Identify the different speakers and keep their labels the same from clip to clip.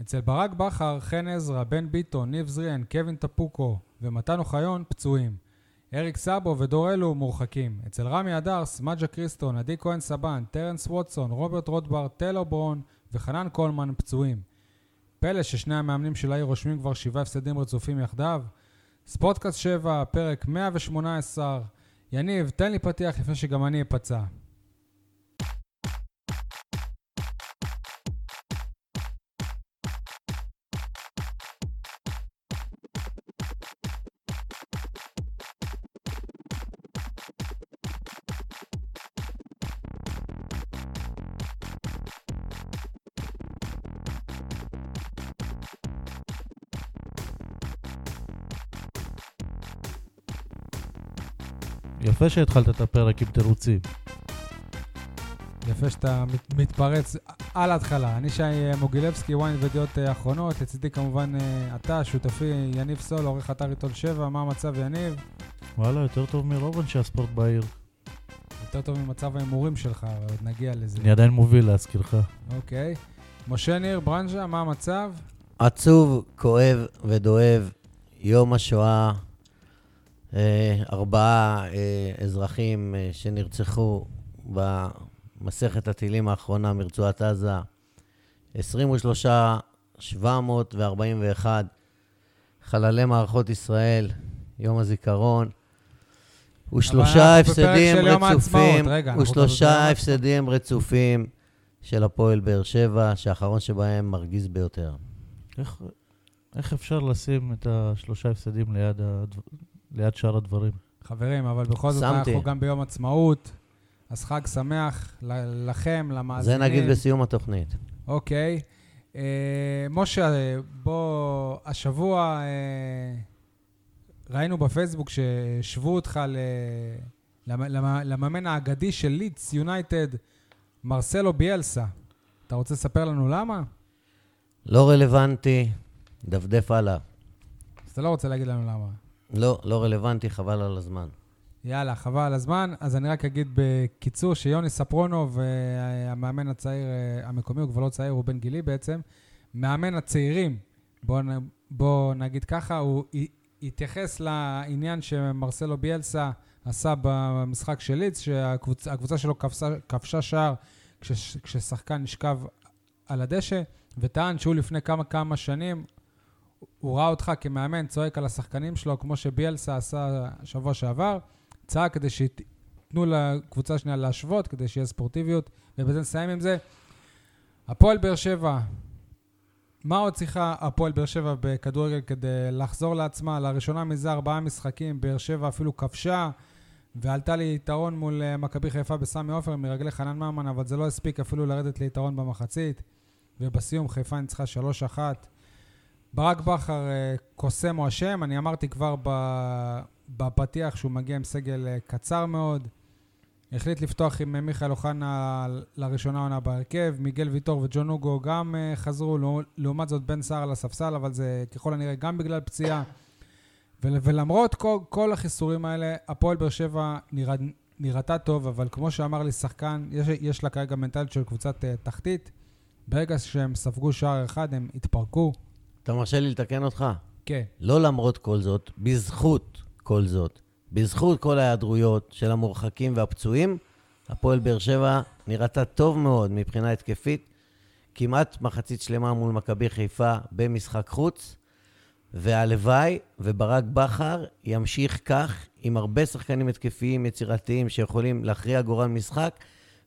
Speaker 1: אצל ברק בכר, חן עזרא, בן ביטון, ניב זריאן, קווין טפוקו ומתן אוחיון פצועים. אריק סאבו ודור אלו מורחקים. אצל רמי הדר, סמג'ה קריסטון, עדי כהן סבן, טרנס ווטסון, רוברט רוטבר, טלו ברון וחנן קולמן פצועים. פלא ששני המאמנים של העיר רושמים כבר שבעה הפסדים רצופים יחדיו. ספורטקאסט 7, פרק 118. יניב, תן לי פתיח לפני שגם אני אפצע.
Speaker 2: יפה שהתחלת את הפרק עם תירוצים.
Speaker 1: יפה שאתה מת- מתפרץ על ההתחלה. אני שי אה, מוגילבסקי, ויין ודעות אה, אחרונות. לצידי כמובן אה, אתה, שותפי יניב סול, עורך אתר עיתון 7, מה המצב יניב?
Speaker 2: וואלה, יותר טוב מרוב אנשי הספורט בעיר.
Speaker 1: יותר טוב ממצב ההימורים שלך, אבל עוד נגיע לזה.
Speaker 2: אני עדיין מוביל להזכירך.
Speaker 1: אוקיי. משה ניר ברנז'ה, מה המצב?
Speaker 3: עצוב, כואב ודואב, יום השואה, אה, ארבעה אה, אזרחים אה, שנרצחו במסכת הטילים האחרונה מרצועת עזה, 23,741 חללי מערכות ישראל, יום הזיכרון,
Speaker 1: אבל
Speaker 3: ושלושה
Speaker 1: אנחנו בפרק
Speaker 3: הפסדים
Speaker 1: של יום
Speaker 3: רצופים,
Speaker 1: העצמאות. רגע, אנחנו כבר ביום
Speaker 3: ושלושה הפסדים רצופים של הפועל באר שבע, שהאחרון שבהם מרגיז ביותר.
Speaker 2: איך, איך אפשר לשים את השלושה הפסדים ליד, הדו... ליד שאר הדברים?
Speaker 1: חברים, אבל בכל זאת
Speaker 3: שמתי.
Speaker 1: אנחנו גם ביום עצמאות, אז חג שמח ל- לכם, למאזינים.
Speaker 3: זה נגיד בסיום התוכנית.
Speaker 1: אוקיי. אה, משה, אה, בוא, השבוע אה, ראינו בפייסבוק שהשוו אותך ל, למ, למ, למאמן האגדי של לידס יונייטד, מרסלו ביאלסה. אתה רוצה לספר לנו למה?
Speaker 3: לא רלוונטי, דפדף הלאה.
Speaker 1: אז אתה לא רוצה להגיד לנו למה.
Speaker 3: לא, לא רלוונטי, חבל על הזמן.
Speaker 1: יאללה, חבל על הזמן. אז אני רק אגיד בקיצור שיוני ספרונוב, אה, המאמן הצעיר אה, המקומי, הוא כבר לא צעיר, הוא בן גילי בעצם, מאמן הצעירים, בוא, נ- בוא נגיד ככה, הוא הי- התייחס לעניין שמרסלו ביאלסה עשה במשחק של ליץ, שהקבוצה הקבוצה שלו כבשה, כבשה שער כשש, כששחקן נשכב על הדשא, וטען שהוא לפני כמה כמה שנים, הוא ראה אותך כמאמן צועק על השחקנים שלו, כמו שביאלסה עשה שבוע שעבר, צעק כדי שייתנו לקבוצה השנייה להשוות, כדי שיהיה ספורטיביות, ובזה נסיים עם זה. הפועל באר שבע, מה עוד צריכה הפועל באר שבע בכדורגל כדי לחזור לעצמה? לראשונה מזה ארבעה משחקים, באר שבע אפילו כבשה, ועלתה ליתרון מול אה, מכבי חיפה בסמי עופר מרגלי חנן ממן, אבל זה לא הספיק אפילו לרדת ליתרון במחצית, ובסיום חיפה ניצחה 3-1. ברק בכר אה, קוסם או אשם, אני אמרתי כבר ב- בפתיח שהוא מגיע עם סגל אה, קצר מאוד. החליט לפתוח עם אה, מיכאל אוחנה ל- לראשונה עונה בהרכב, מיגל ויטור וג'ון אוגו גם אה, חזרו, לעו- לעומת זאת בן סער על הספסל, אבל זה ככל הנראה גם בגלל פציעה. ול- ולמרות כל, כל החיסורים האלה, הפועל באר שבע נרא, נראתה טוב, אבל כמו שאמר לי שחקן, יש, יש לה כרגע מנטלית של קבוצת אה, תחתית. ברגע שהם ספגו שער אחד, הם התפרקו.
Speaker 3: אתה מרשה לי לתקן אותך?
Speaker 1: כן.
Speaker 3: לא למרות כל זאת, בזכות כל זאת, בזכות כל ההיעדרויות של המורחקים והפצועים, הפועל באר שבע נראתה טוב מאוד מבחינה התקפית, כמעט מחצית שלמה מול מכבי חיפה במשחק חוץ, והלוואי וברק בכר ימשיך כך עם הרבה שחקנים התקפיים יצירתיים שיכולים להכריע גורל משחק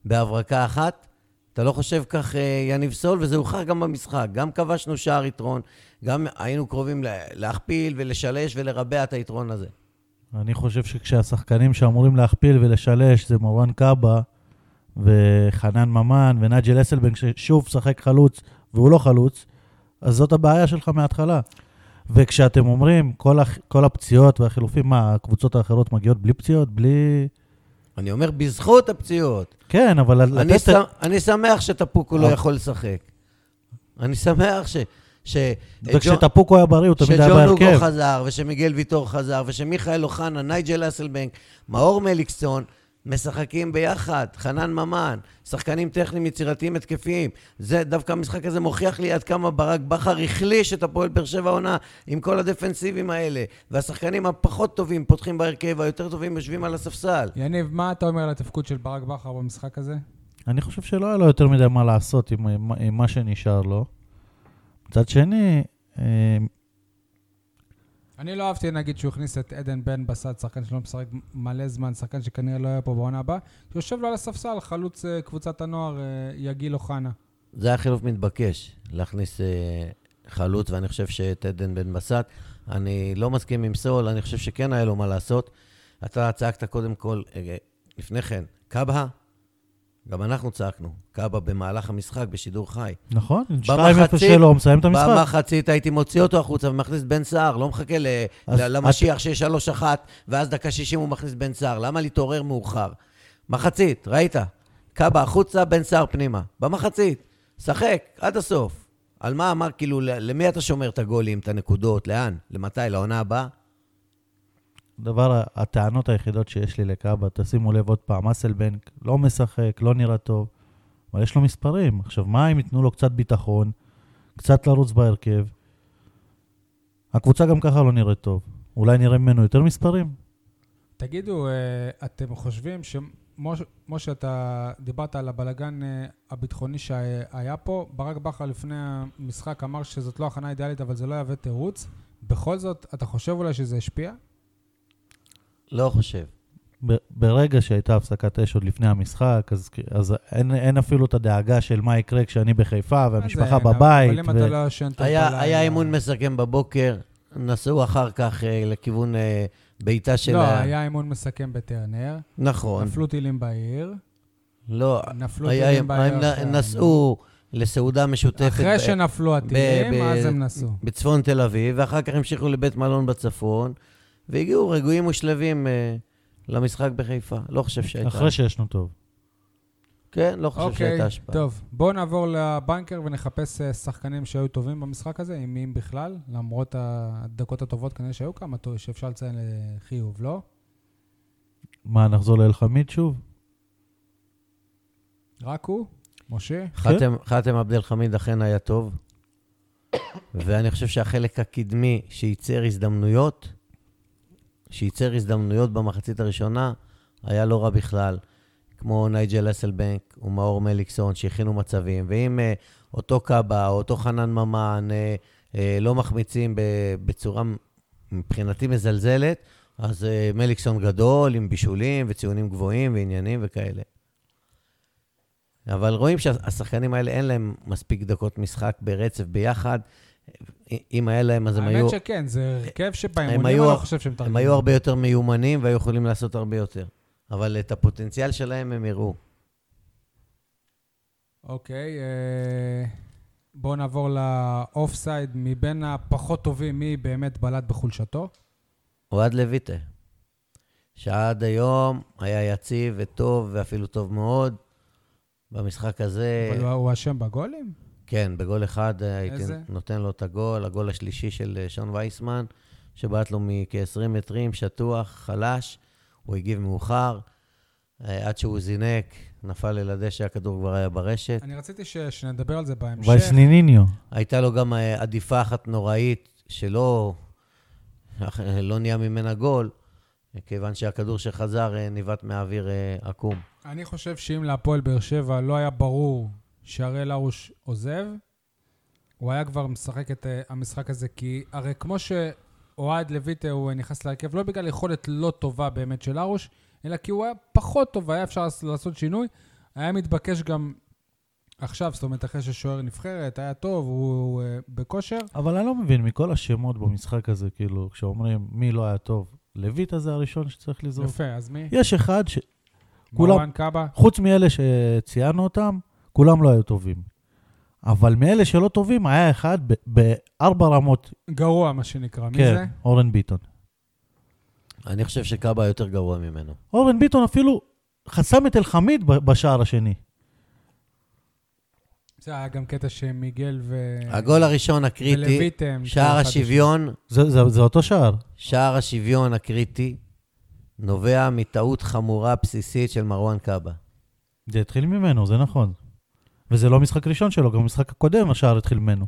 Speaker 3: בהברקה אחת. אתה לא חושב כך, אה, יניב סול, וזה הוכח גם במשחק. גם כבשנו שער יתרון, גם היינו קרובים לה- להכפיל ולשלש ולרבע את היתרון הזה.
Speaker 2: אני חושב שכשהשחקנים שאמורים להכפיל ולשלש זה מורן קאבה וחנן ממן ונג'ל אסלבנג, ששוב שחק חלוץ והוא לא חלוץ, אז זאת הבעיה שלך מההתחלה. וכשאתם אומרים, כל, הח... כל הפציעות והחילופים, מה, הקבוצות האחרות מגיעות בלי פציעות? בלי...
Speaker 3: אני אומר, בזכות הפציעות.
Speaker 2: כן, אבל
Speaker 3: אני,
Speaker 2: לתת...
Speaker 3: ש... אני שמח שטפוקו לא
Speaker 2: אה.
Speaker 3: יכול לשחק. אני שמח ש... ש...
Speaker 2: וכשטפוקו היה בריא, הוא תמיד היה
Speaker 3: אה, שג'ון אוגו
Speaker 2: בהרכב.
Speaker 3: חזר, ושמיגל ויטור חזר, ושמיכאל אוחנה, נייג'ל אסלבנק, מאור מליקסון, משחקים ביחד, חנן ממן, שחקנים טכניים יצירתיים התקפיים. זה, דווקא המשחק הזה מוכיח לי עד כמה ברק בכר החליש את הפועל באר שבע העונה עם כל הדפנסיבים האלה. והשחקנים הפחות טובים פותחים בהרכב, היותר טובים יושבים על הספסל.
Speaker 1: יניב, מה אתה אומר על התפקוד של ברק בכר במשחק הזה?
Speaker 2: אני חושב שלא היה לו יותר מדי מה לעשות עם, עם, עם מה שנשאר לו. מצד שני, אה,
Speaker 1: אני לא אהבתי, נגיד, שהוא הכניס את עדן בן בסט, שחקן שלא משחק מלא זמן, שחקן שכנראה לא יהיה פה בעונה הבאה. יושב לו על הספסל, חלוץ אה, קבוצת הנוער, אה, יגיל אוחנה.
Speaker 3: זה היה חילוף מתבקש, להכניס אה, חלוץ, ואני חושב שאת עדן בן בסט, אני לא מסכים עם סול, אני חושב שכן היה לו מה לעשות. אתה צעקת קודם כל, אה, אה, לפני כן, קבהה, גם אנחנו צעקנו, קבהה במהלך המשחק, בשידור חי.
Speaker 2: נכון? 2-0 שלו, הוא מסיים את המשחק.
Speaker 3: במחצית הייתי מוציא אותו החוצה ומכניס בן סער, לא מחכה ל-
Speaker 2: אז
Speaker 3: ל- למשיח שיש 3-1, ואז דקה 60 הוא מכניס בן סער. למה להתעורר מאוחר? מחצית, ראית? קאבה החוצה, בן סער פנימה. במחצית. שחק, עד הסוף. על מה אמר, כאילו, ל- למי אתה שומר את הגולים, את הנקודות, לאן? למתי? לעונה הבאה?
Speaker 2: דבר, הטענות היחידות שיש לי לקאבה, תשימו לב עוד פעם, אסלבנק לא משחק, לא נראה טוב, אבל יש לו מספרים. עכשיו, מה אם ייתנו לו קצת ביטחון, קצת לרוץ בהרכב? הקבוצה גם ככה לא נראית טוב. אולי נראה ממנו יותר מספרים?
Speaker 1: תגידו, אה, אתם חושבים שמשה, אתה דיברת על הבלגן אה, הביטחוני שהיה פה, ברק בכר לפני המשחק אמר שזאת לא הכנה אידיאלית, אבל זה לא יהווה תירוץ. בכל זאת, אתה חושב אולי שזה השפיע?
Speaker 3: לא חושב.
Speaker 2: ב- ברגע שהייתה הפסקת אש עוד לפני המשחק, אז, אז אין, אין אפילו את הדאגה של מה יקרה כשאני בחיפה והמשפחה
Speaker 1: אז, אה, אבל
Speaker 2: בבית.
Speaker 1: אם אתה לא ישן טוב
Speaker 3: היה,
Speaker 1: בלילה-
Speaker 3: היה אימון מסכם בבוקר, נסעו אחר כך אה, לכיוון אה, בעיטה של...
Speaker 1: לא,
Speaker 3: ה-
Speaker 1: היה אימון מסכם בטרנר,
Speaker 3: נכון.
Speaker 1: נפלו טילים בעיר,
Speaker 3: לא,
Speaker 1: נפלו
Speaker 3: היה-
Speaker 1: טילים בעיר.
Speaker 3: הם
Speaker 1: אחרי האימון.
Speaker 3: נסעו לסעודה משותפת
Speaker 1: אחרי
Speaker 3: ב-
Speaker 1: שנפלו הטילים,
Speaker 3: ב-
Speaker 1: אז
Speaker 3: ב-
Speaker 1: הם נסעו.
Speaker 3: בצפון תל אביב, ואחר כך המשיכו לבית מלון בצפון, והגיעו רגועים ושלווים אה, למשחק בחיפה. לא חושב שהייתה.
Speaker 2: אחרי שישנו טוב.
Speaker 3: כן, לא חושב
Speaker 1: אוקיי,
Speaker 3: שהייתה השפעה.
Speaker 1: טוב. בואו נעבור לבנקר ונחפש אה, שחקנים שהיו טובים במשחק הזה, אם אם בכלל, למרות הדקות הטובות כנראה שהיו כמה טוב, שאפשר לציין לחיוב, לא?
Speaker 2: מה, נחזור לאלחמיד שוב?
Speaker 1: רק הוא? משה?
Speaker 3: חתם, חתם עבד אל חמיד אכן היה טוב, ואני חושב שהחלק הקדמי שייצר הזדמנויות, שייצר הזדמנויות במחצית הראשונה, היה לא רע בכלל. כמו נייג'ל אסלבנק ומאור מליקסון שהכינו מצבים, ואם אה, אותו קאבה או אותו חנן ממן אה, אה, לא מחמיצים ב- בצורה מבחינתי מזלזלת, אז אה, מליקסון גדול עם בישולים וציונים גבוהים ועניינים וכאלה. אבל רואים שהשחקנים האלה אין להם מספיק דקות משחק ברצף ביחד. אם היה להם, אז הם היו...
Speaker 1: האמת שכן, זה הרכב שבאימונים, אני
Speaker 3: היו-
Speaker 1: לא חושב שהם
Speaker 3: הם
Speaker 1: תרגמו.
Speaker 3: היו הרבה יותר מיומנים והיו יכולים לעשות הרבה יותר. אבל את הפוטנציאל שלהם הם הראו.
Speaker 1: אוקיי, אה, בואו נעבור לאוף סייד, מבין הפחות טובים, מי באמת בלט בחולשתו?
Speaker 3: אוהד לויטה, שעד היום היה יציב וטוב ואפילו טוב מאוד. במשחק הזה,
Speaker 1: אבל הוא- הוא אשם בגולים?
Speaker 3: כן, בגול אחד אה, הייתי
Speaker 1: איזה?
Speaker 3: נותן לו את הגול, הגול השלישי של אה, שון וייסמן, שבעט לו מכ-20 מטרים, שטוח, חלש, הוא הגיב מאוחר. אה, עד שהוא זינק, נפל אל הדשא, הכדור כבר היה ברשת.
Speaker 1: אני רציתי ש- שנדבר על זה בהמשך.
Speaker 2: וייסניניניו.
Speaker 3: הייתה לו גם אה, עדיפה אחת נוראית, שלא אך- אה, לא נהיה ממנה גול, אה, כיוון שהכדור שחזר אה, ניבט מהאוויר אה, עקום.
Speaker 1: אני חושב שאם להפועל באר שבע לא היה ברור שהראל הרוש עוזב, הוא היה כבר משחק את אה, המשחק הזה, כי הרי כמו שאוהד לויטה הוא אה, נכנס להרכב, לא בגלל יכולת לא טובה באמת של הרוש, אלא כי הוא היה פחות טוב, היה אפשר לעשות- לעשות שינוי. היה מתבקש גם עכשיו, זאת אומרת, אחרי ששוער נבחרת, היה טוב, הוא, הוא אה, בכושר.
Speaker 2: אבל אני לא מבין, מכל השמות במשחק הזה, כאילו, כשאומרים מי לא היה טוב, לויטה זה הראשון שצריך לזרוק.
Speaker 1: יפה, אז מי?
Speaker 2: יש אחד ש... כולם-
Speaker 1: מרואן קאבה?
Speaker 2: חוץ מאלה שציינו אותם, כולם לא היו טובים. אבל מאלה שלא טובים, היה אחד ב- בארבע רמות.
Speaker 1: גרוע, מה שנקרא. מי זה?
Speaker 2: כן, אורן ביטון.
Speaker 3: אני חושב שקאבה יותר גרוע ממנו.
Speaker 2: אורן ביטון אפילו חסם את אלחמיד ב- בשער השני.
Speaker 1: זה היה גם קטע שמיגל ו...
Speaker 3: הגול הראשון הקריטי,
Speaker 1: ולויטם.
Speaker 3: שער השוויון,
Speaker 2: זה, זה, זה אותו שער.
Speaker 3: שער השוויון הקריטי, נובע מטעות חמורה בסיסית של מרואן קאבה.
Speaker 2: זה התחיל ממנו, זה נכון. וזה לא משחק ראשון שלו, גם המשחק הקודם השער התחיל ממנו.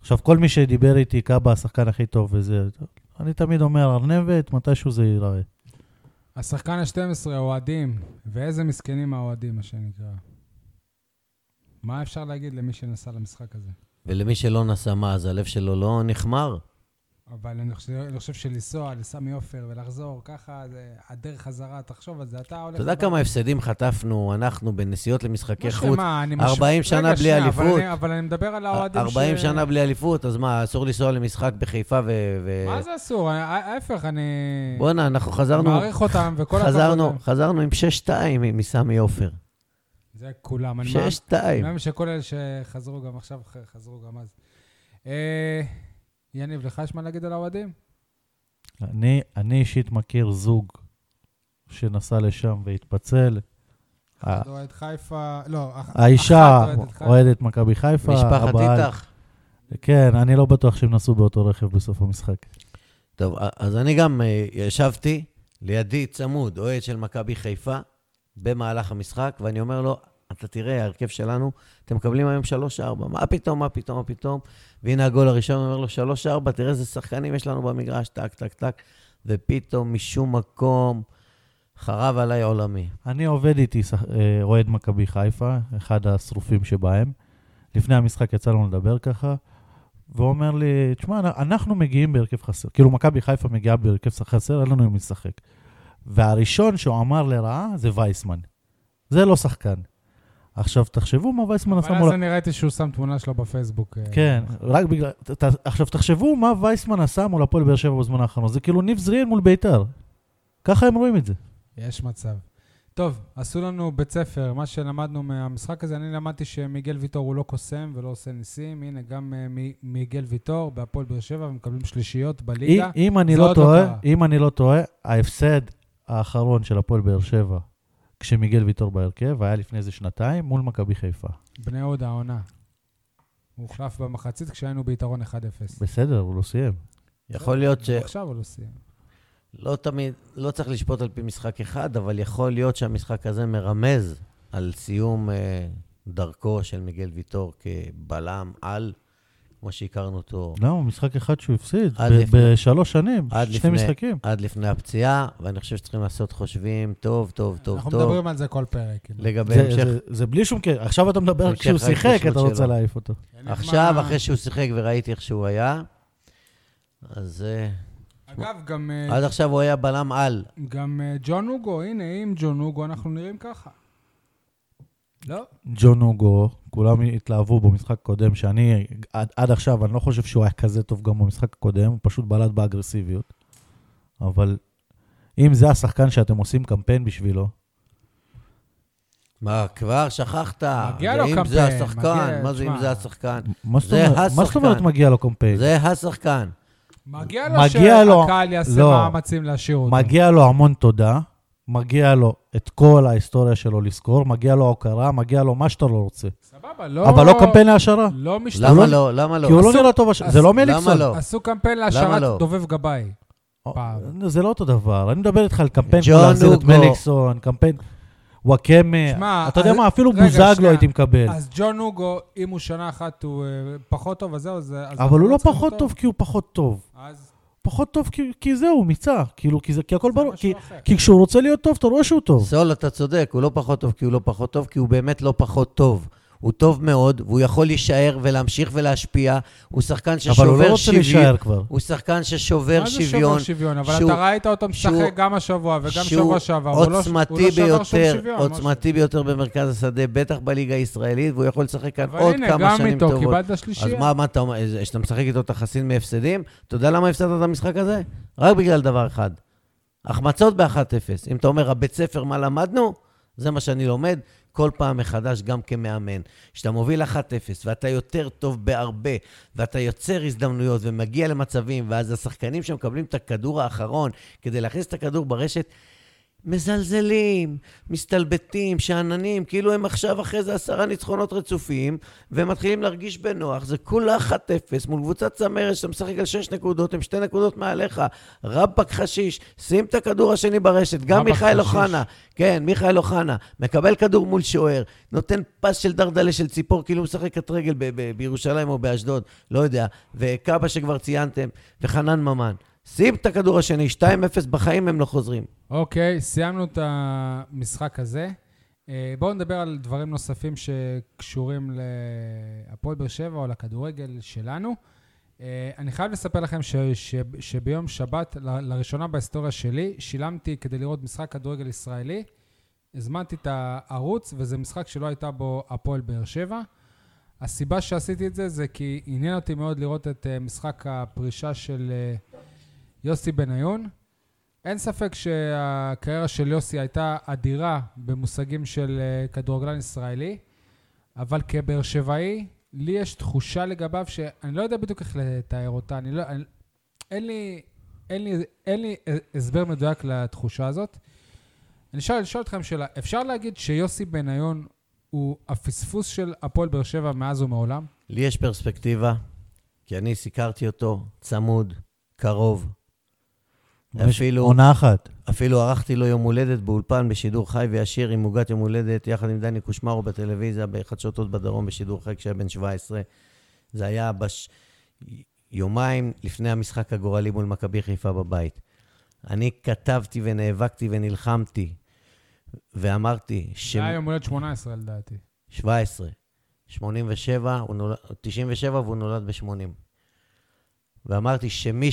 Speaker 2: עכשיו, כל מי שדיבר איתי, קאבה השחקן הכי טוב וזה, אני תמיד אומר, ארנבת, מתישהו זה ייראה.
Speaker 1: השחקן ה-12, אוהדים, ואיזה מסכנים האוהדים, מה שנקרא. מה אפשר להגיד למי שנסע למשחק הזה?
Speaker 3: ולמי שלא נסע מה, אז הלב שלו לא נחמר?
Speaker 1: אבל אני חושב, אני חושב שלנסוע לסמי עופר ולחזור ככה, זה הדרך חזרה, תחשוב על זה, אתה הולך...
Speaker 3: אתה יודע
Speaker 1: לבית.
Speaker 3: כמה הפסדים חטפנו אנחנו בנסיעות למשחקי
Speaker 1: משה,
Speaker 3: חוץ?
Speaker 1: מה, אני
Speaker 3: 40 שנה
Speaker 1: רגע,
Speaker 3: בלי
Speaker 1: שנייה, אבל
Speaker 3: אליפות.
Speaker 1: אני- אבל אני מדבר על האוהדים
Speaker 3: 40 שנה בלי אליפות, אז מה, אסור לנסוע למשחק בחיפה ו... ו-
Speaker 1: מה זה אסור? אני- ההפך, אני...
Speaker 3: בואנה, אנחנו חזרנו,
Speaker 1: מעריך אותם, וכל הכבוד
Speaker 3: חזרנו,
Speaker 1: להם.
Speaker 3: חזרנו עם 6-2 מ- מסמי עופר.
Speaker 1: זה כולם. אני מאמין-
Speaker 3: 6-2.
Speaker 1: אני מאמין שכל אלה שחזרו גם עכשיו, ח- חזרו גם אז. אה, יניב, לך יש מה להגיד על האוהדים?
Speaker 2: אני, אני אישית מכיר זוג שנסע לשם והתפצל. ה-
Speaker 1: אחד אוהד חיפה, לא, אח-
Speaker 2: אה. האישה
Speaker 1: אחת אוהדת חיפה.
Speaker 2: אוהדת מכבי חיפה.
Speaker 3: משפחת
Speaker 2: הבעל-
Speaker 3: איתך.
Speaker 2: כן, אני לא בטוח שהם נסעו באותו רכב בסוף המשחק.
Speaker 3: טוב, אז אני גם אה, ישבתי לידי צמוד, אוהד של מכבי חיפה, במהלך המשחק, ואני אומר לו, אתה תראה, ההרכב שלנו, אתם מקבלים היום 3-4, מה פתאום, מה פתאום, מה פתאום? והנה הגול הראשון, אני אומר לו, 3-4, תראה איזה שחקנים יש לנו במגרש, טק, טק, טק, ופתאום משום מקום חרב עליי עולמי.
Speaker 2: אני עובד איתי שח- אה, אוהד מכבי חיפה, אחד השרופים שבהם. לפני המשחק יצא לנו לדבר ככה, והוא אומר לי, תשמע, אנ- אנחנו מגיעים בהרכב חסר. כאילו, מכבי חיפה מגיעה בהרכב חסר, אין לנו עם מי לשחק. והראשון שהוא אמר לרעה זה וייסמן. זה לא שחקן. עכשיו, תחשבו מה וייסמן עשה
Speaker 1: אבל
Speaker 2: מול...
Speaker 1: אז אני ראיתי שהוא שם תמונה שלו בפייסבוק. אה,
Speaker 2: כן, רק בגלל... ת, ת, עכשיו, תחשבו מה וייסמן עשה מול הפועל באר שבע בזמן האחרון. זה כאילו ניב זריאן מול ביתר. ככה הם רואים את זה.
Speaker 1: יש מצב. טוב, עשו לנו בית ספר, מה שלמדנו מהמשחק הזה, אני למדתי שמיגל ויטור הוא לא קוסם ולא עושה ניסים. הנה, גם אה, מ- מיגל ויטור בהפועל באר שבע, ומקבלים שלישיות בליגה.
Speaker 2: אם- אם אני
Speaker 1: זה
Speaker 2: לא
Speaker 1: עוד לא
Speaker 2: טועה,
Speaker 1: קרה.
Speaker 2: אם אני לא טועה, ההפסד האחרון של הפועל באר שבע, כשמיגל ויטור בהרכב, היה לפני איזה שנתיים מול מכבי חיפה.
Speaker 1: בני יהודה, העונה. הוא הוחלף במחצית כשהיינו ביתרון 1-0.
Speaker 2: בסדר, הוא לא סיים.
Speaker 3: יכול להיות ש...
Speaker 1: עכשיו הוא לא סיים.
Speaker 3: לא תמיד, לא צריך לשפוט על פי משחק אחד, אבל יכול להיות שהמשחק הזה מרמז על סיום אה, דרכו של מיגל ויטור כבלם על, כמו שהכרנו אותו
Speaker 2: למה? לא, משחק אחד שהוא הפסיד,
Speaker 3: עד
Speaker 2: ב-
Speaker 3: לפני-
Speaker 2: בשלוש שנים,
Speaker 3: עד
Speaker 2: שני
Speaker 3: לפני-
Speaker 2: משחקים.
Speaker 3: עד לפני הפציעה, ואני חושב שצריכים לעשות חושבים טוב, טוב, טוב,
Speaker 1: אנחנו
Speaker 3: טוב,
Speaker 1: מדברים על זה כל פרק. כאילו.
Speaker 3: לגבי
Speaker 2: זה-
Speaker 3: המשך.
Speaker 2: זה- זה בלי שום קשר, עכשיו אתה מדבר על
Speaker 3: המשך
Speaker 2: כשהוא שיחק,
Speaker 3: ההתקשרות
Speaker 2: אתה רוצה
Speaker 3: שלו.
Speaker 2: להעיף אותו.
Speaker 1: יניב, מה-
Speaker 3: עכשיו, אחרי שהוא שיחק וראיתי איך שהוא היה, אז אה,
Speaker 1: אגב, גם, אה,
Speaker 3: עד עכשיו הוא היה בלם על.
Speaker 1: גם אה, ג'ון הוגו, הנה, עם ג'ון הוגו אנחנו נראים ככה. לא?
Speaker 2: ג'ון הוגו, כולם התלהבו במשחק קודם, שאני עד, עד עכשיו, אני לא חושב שהוא היה כזה טוב גם במשחק הקודם, הוא פשוט בלט באגרסיביות. אבל אם זה השחקן שאתם עושים קמפיין בשבילו,
Speaker 3: מה, כבר שכחת?
Speaker 1: מגיע
Speaker 3: זה
Speaker 1: לו
Speaker 3: אם
Speaker 1: קמפיין,
Speaker 3: זה
Speaker 1: מגיע-
Speaker 3: השחקן, מה זה אם
Speaker 1: תשמע.
Speaker 3: זה השחקן?
Speaker 2: מה זאת
Speaker 3: זה
Speaker 2: אומרת- מה זאת
Speaker 3: השחקן.
Speaker 2: אומרת מגיע לו קמפיין?
Speaker 3: זה השחקן.
Speaker 1: מגיע לו
Speaker 2: מגיע לו-
Speaker 1: שהקהל יעשה
Speaker 2: לא.
Speaker 1: מאמצים להשאיר אותו.
Speaker 2: מגיע לו המון תודה, מגיע לו את כל ההיסטוריה שלו לזכור, מגיע לו ההוקרה, מגיע לו מה שאתה לא רוצה.
Speaker 1: סבבה, לא...
Speaker 2: אבל לא קמפיין להשערה,
Speaker 1: לא משתמש.
Speaker 3: למה לא? למה לא?
Speaker 2: כי הוא לא
Speaker 1: אסור-
Speaker 2: נראה טוב, הש- זה
Speaker 1: אסור-
Speaker 2: לא מליקסון.
Speaker 3: למה לא?
Speaker 1: עשו קמפיין
Speaker 3: למה
Speaker 1: להשארת
Speaker 3: לא?
Speaker 1: דובב גבאי. פעם.
Speaker 2: זה לא אותו דבר, אני מדבר איתך על קמפיין כמו
Speaker 3: ג'ון
Speaker 2: להחזיר את
Speaker 3: הוגו.
Speaker 2: מליקסון, קמפיין
Speaker 1: שמע,
Speaker 2: וואקמה, אתה יודע
Speaker 1: אז-
Speaker 2: מה, אפילו
Speaker 1: רגע,
Speaker 2: בוזגלו
Speaker 1: שנייה.
Speaker 2: הייתי מקבל.
Speaker 1: אז ג'ון הוגו, אם הוא שנה אחת הוא אה, פחות טוב, אז זהו, זה... אז אנחנו
Speaker 2: אבל הוא לא
Speaker 1: צריכים
Speaker 2: פחות
Speaker 1: אותו.
Speaker 2: טוב כי הוא פחות טוב.
Speaker 1: אז
Speaker 2: פחות טוב כי- כי זהו, מיצה. כאילו, כי זה- כי הכל
Speaker 1: זה
Speaker 2: ברור.
Speaker 1: משהו
Speaker 2: כי-
Speaker 1: אחר.
Speaker 2: כי כשהוא רוצה להיות טוב, אתה רואה שהוא טוב.
Speaker 3: סול, אתה צודק, הוא לא פחות טוב כי הוא לא פחות טוב, כי הוא באמת לא פחות טוב. הוא טוב מאוד, והוא יכול להישאר ולהמשיך ולהשפיע. הוא שחקן
Speaker 2: אבל הוא לא
Speaker 3: ששובר
Speaker 2: רוצה
Speaker 3: שוויון.
Speaker 2: להישאר כבר.
Speaker 3: הוא שחקן ששובר
Speaker 1: מה זה שובר
Speaker 3: שוויון.
Speaker 1: שוויון? אבל
Speaker 3: שהוא-
Speaker 1: אתה ראית אותו
Speaker 3: שהוא-
Speaker 1: משחק גם השבוע וגם
Speaker 3: שהוא
Speaker 1: שבוע שעבר. הוא לא- הוא לא
Speaker 3: עוצמתי
Speaker 1: שבר שום
Speaker 3: ביותר,
Speaker 1: שוויון, משה.
Speaker 3: עוצמתי ביותר במרכז השדה, בטח בליגה הישראלית, והוא יכול לשחק כאן
Speaker 1: אבל
Speaker 3: עוד
Speaker 1: הנה,
Speaker 3: כמה
Speaker 1: גם
Speaker 3: שנים
Speaker 1: איתו
Speaker 3: טובות.
Speaker 1: קיבלת
Speaker 3: אז
Speaker 1: שלישייה.
Speaker 3: מה, מה אתה אומר, איזה- שאתה משחק איתו אתה חסין מהפסדים? אתה יודע למה הפסדת את המשחק הזה? רק בגלל דבר אחד, החמצות ב-1-0. אם אתה אומר, הבית ספר, מה למדנו? זה מה שאני לומד כל פעם מחדש, גם כמאמן. כשאתה מוביל 1-0, ואתה יותר טוב בהרבה, ואתה יוצר הזדמנויות ומגיע למצבים, ואז השחקנים שמקבלים את הכדור האחרון כדי להכניס את הכדור ברשת, מזלזלים, מסתלבטים, שאננים, כאילו הם עכשיו אחרי זה עשרה ניצחונות רצופים, והם מתחילים להרגיש בנוח, זה כולה 1-0 מול קבוצת צמרת שאתה משחק על 6 נקודות, הם 2 נקודות מעליך, רבאק חשיש, שים את הכדור השני ברשת, גם
Speaker 1: רבאק
Speaker 3: מיכאל
Speaker 1: חשיש.
Speaker 3: אוחנה, כן, מיכאל אוחנה, מקבל כדור מול שוער, נותן פס של דרדלה של ציפור, כאילו הוא משחק קט רגל ב- ב- בירושלים או באשדוד, לא יודע, וקאבה שכבר ציינתם, וחנן ממן. שים את הכדור השני, 2-0 בחיים הם לא חוזרים.
Speaker 1: אוקיי, סיימנו את המשחק הזה. אה, בואו נדבר על דברים נוספים שקשורים להפועל באר שבע או לכדורגל שלנו. אה, אני חייב לספר לכם ש, ש, שביום שבת, ל- לראשונה בהיסטוריה שלי, שילמתי כדי לראות משחק כדורגל ישראלי. הזמנתי את הערוץ, וזה משחק שלא הייתה בו הפועל באר שבע. הסיבה שעשיתי את זה, זה כי עניין אותי מאוד לראות את אה, משחק הפרישה של אה, יוסי בניון. אין ספק שהקריירה של יוסי הייתה אדירה במושגים של אה, כדורגלן ישראלי, אבל כבאר שבעי, לי יש תחושה לגביו שאני לא יודע בדיוק איך לתאר אותה, אני לא... אני, אין לי... אין לי, אין לי אה, הסבר מדויק לתחושה הזאת. אני שואל, אני שואל אתכם שאלה, אפשר להגיד שיוסי בניון הוא הפספוס של הפועל באר שבע מאז ומעולם?
Speaker 3: לי יש פרספקטיבה, כי אני סיקרתי אותו צמוד, קרוב. אפילו-
Speaker 2: עונה אחת.
Speaker 3: אפילו ערכתי לו יום הולדת באולפן בשידור חי וישיר עם עוגת יום הולדת, יחד עם דני קושמרו בטלוויזיה, בחדשות עוד בדרום בשידור חי כשהיה בן 17. זה היה בש... יומיים לפני המשחק הגורלי מול מכבי חיפה בבית. אני כתבתי ונאבקתי ונלחמתי, ואמרתי ש...
Speaker 1: זה היה יום הולדת 18 לדעתי.
Speaker 3: 17, 87, הוא נולד, 97 והוא נולד ב-80. ואמרתי שמי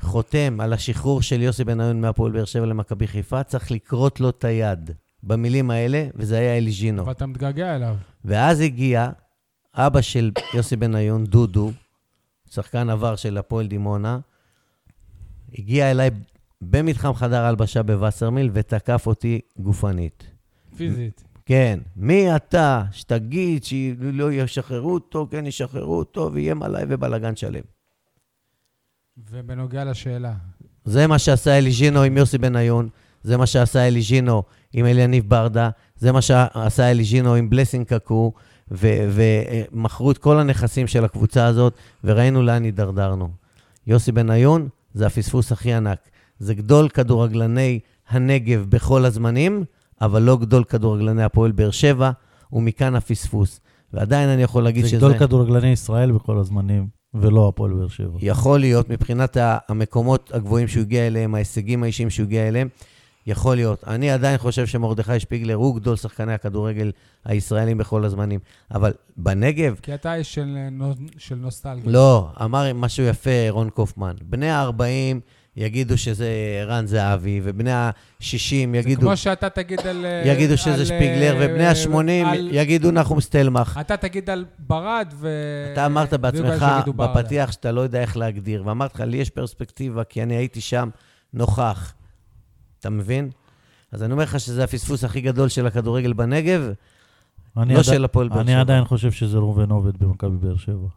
Speaker 3: שחותם על השחרור של יוסי בניון מהפועל באר שבע למכבי חיפה, צריך לכרות לו את היד. במילים האלה, וזה היה אלג'ינו.
Speaker 1: אבל אתה מתגעגע אליו.
Speaker 3: ואז הגיע אבא של יוסי בניון, דודו, שחקן עבר של הפועל דימונה, הגיע אליי במתחם חדר ההלבשה בווסרמיל ותקף אותי גופנית.
Speaker 1: פיזית.
Speaker 3: כן, מי אתה שתגיד שלא ישחררו אותו, כן ישחררו אותו, ואיים עליי ובלאגן שלם.
Speaker 1: ובנוגע לשאלה,
Speaker 3: זה מה שעשה אליג'ינו עם יוסי בניון, זה מה שעשה אליג'ינו עם אליניב ברדה, זה מה שעשה אליג'ינו עם בלסינג קקו, ומכרו את כל הנכסים של הקבוצה הזאת, וראינו לאן הידרדרנו. יוסי בניון זה הפספוס הכי ענק. זה גדול כדורגלני הנגב בכל הזמנים, אבל לא גדול כדורגלני הפועל באר שבע, ומכאן הפספוס. ועדיין אני יכול להגיד
Speaker 2: זה
Speaker 3: שזה...
Speaker 2: גדול כדורגלני ישראל בכל הזמנים, ולא הפועל באר שבע.
Speaker 3: יכול להיות, מבחינת ה- המקומות הגבוהים שהוא הגיע אליהם, ההישגים האישיים שהוא הגיע אליהם, יכול להיות. אני עדיין חושב שמרדכי שפיגלר הוא גדול שחקני הכדורגל הישראלים בכל הזמנים. אבל בנגב,
Speaker 1: כי אתה איש של, אה, נו- של נוסטלגיה.
Speaker 3: לא, אמר משהו יפה רון קופמן. בני ה-40 יגידו שזה ערן זהבי, ובני ה-60 יגידו,
Speaker 1: כמו שאתה תגיד על... אה,
Speaker 3: יגידו שזה
Speaker 1: על,
Speaker 3: שפיגלר,
Speaker 1: אה,
Speaker 3: ובני ה-80
Speaker 1: על-
Speaker 3: יגידו נחום סטלמך.
Speaker 1: אתה תגיד על ברד ו...
Speaker 3: אתה אמרת
Speaker 1: בדיוק מה
Speaker 3: בעצמך
Speaker 1: שיגידו ברד.
Speaker 3: בפתיח שאתה לא יודע איך להגדיר, ואמרתי לך, לי יש פרספקטיבה, כי אני הייתי שם נוכח. אתה מבין? אז אני אומר לך שזה הפספוס הכי גדול של הכדורגל בנגב,
Speaker 2: אני
Speaker 3: לא
Speaker 2: עדי-
Speaker 3: של הפועל באר
Speaker 2: אני
Speaker 3: שבע.
Speaker 2: עדיין חושב שזה ראובן עובד במכבי באר שבע.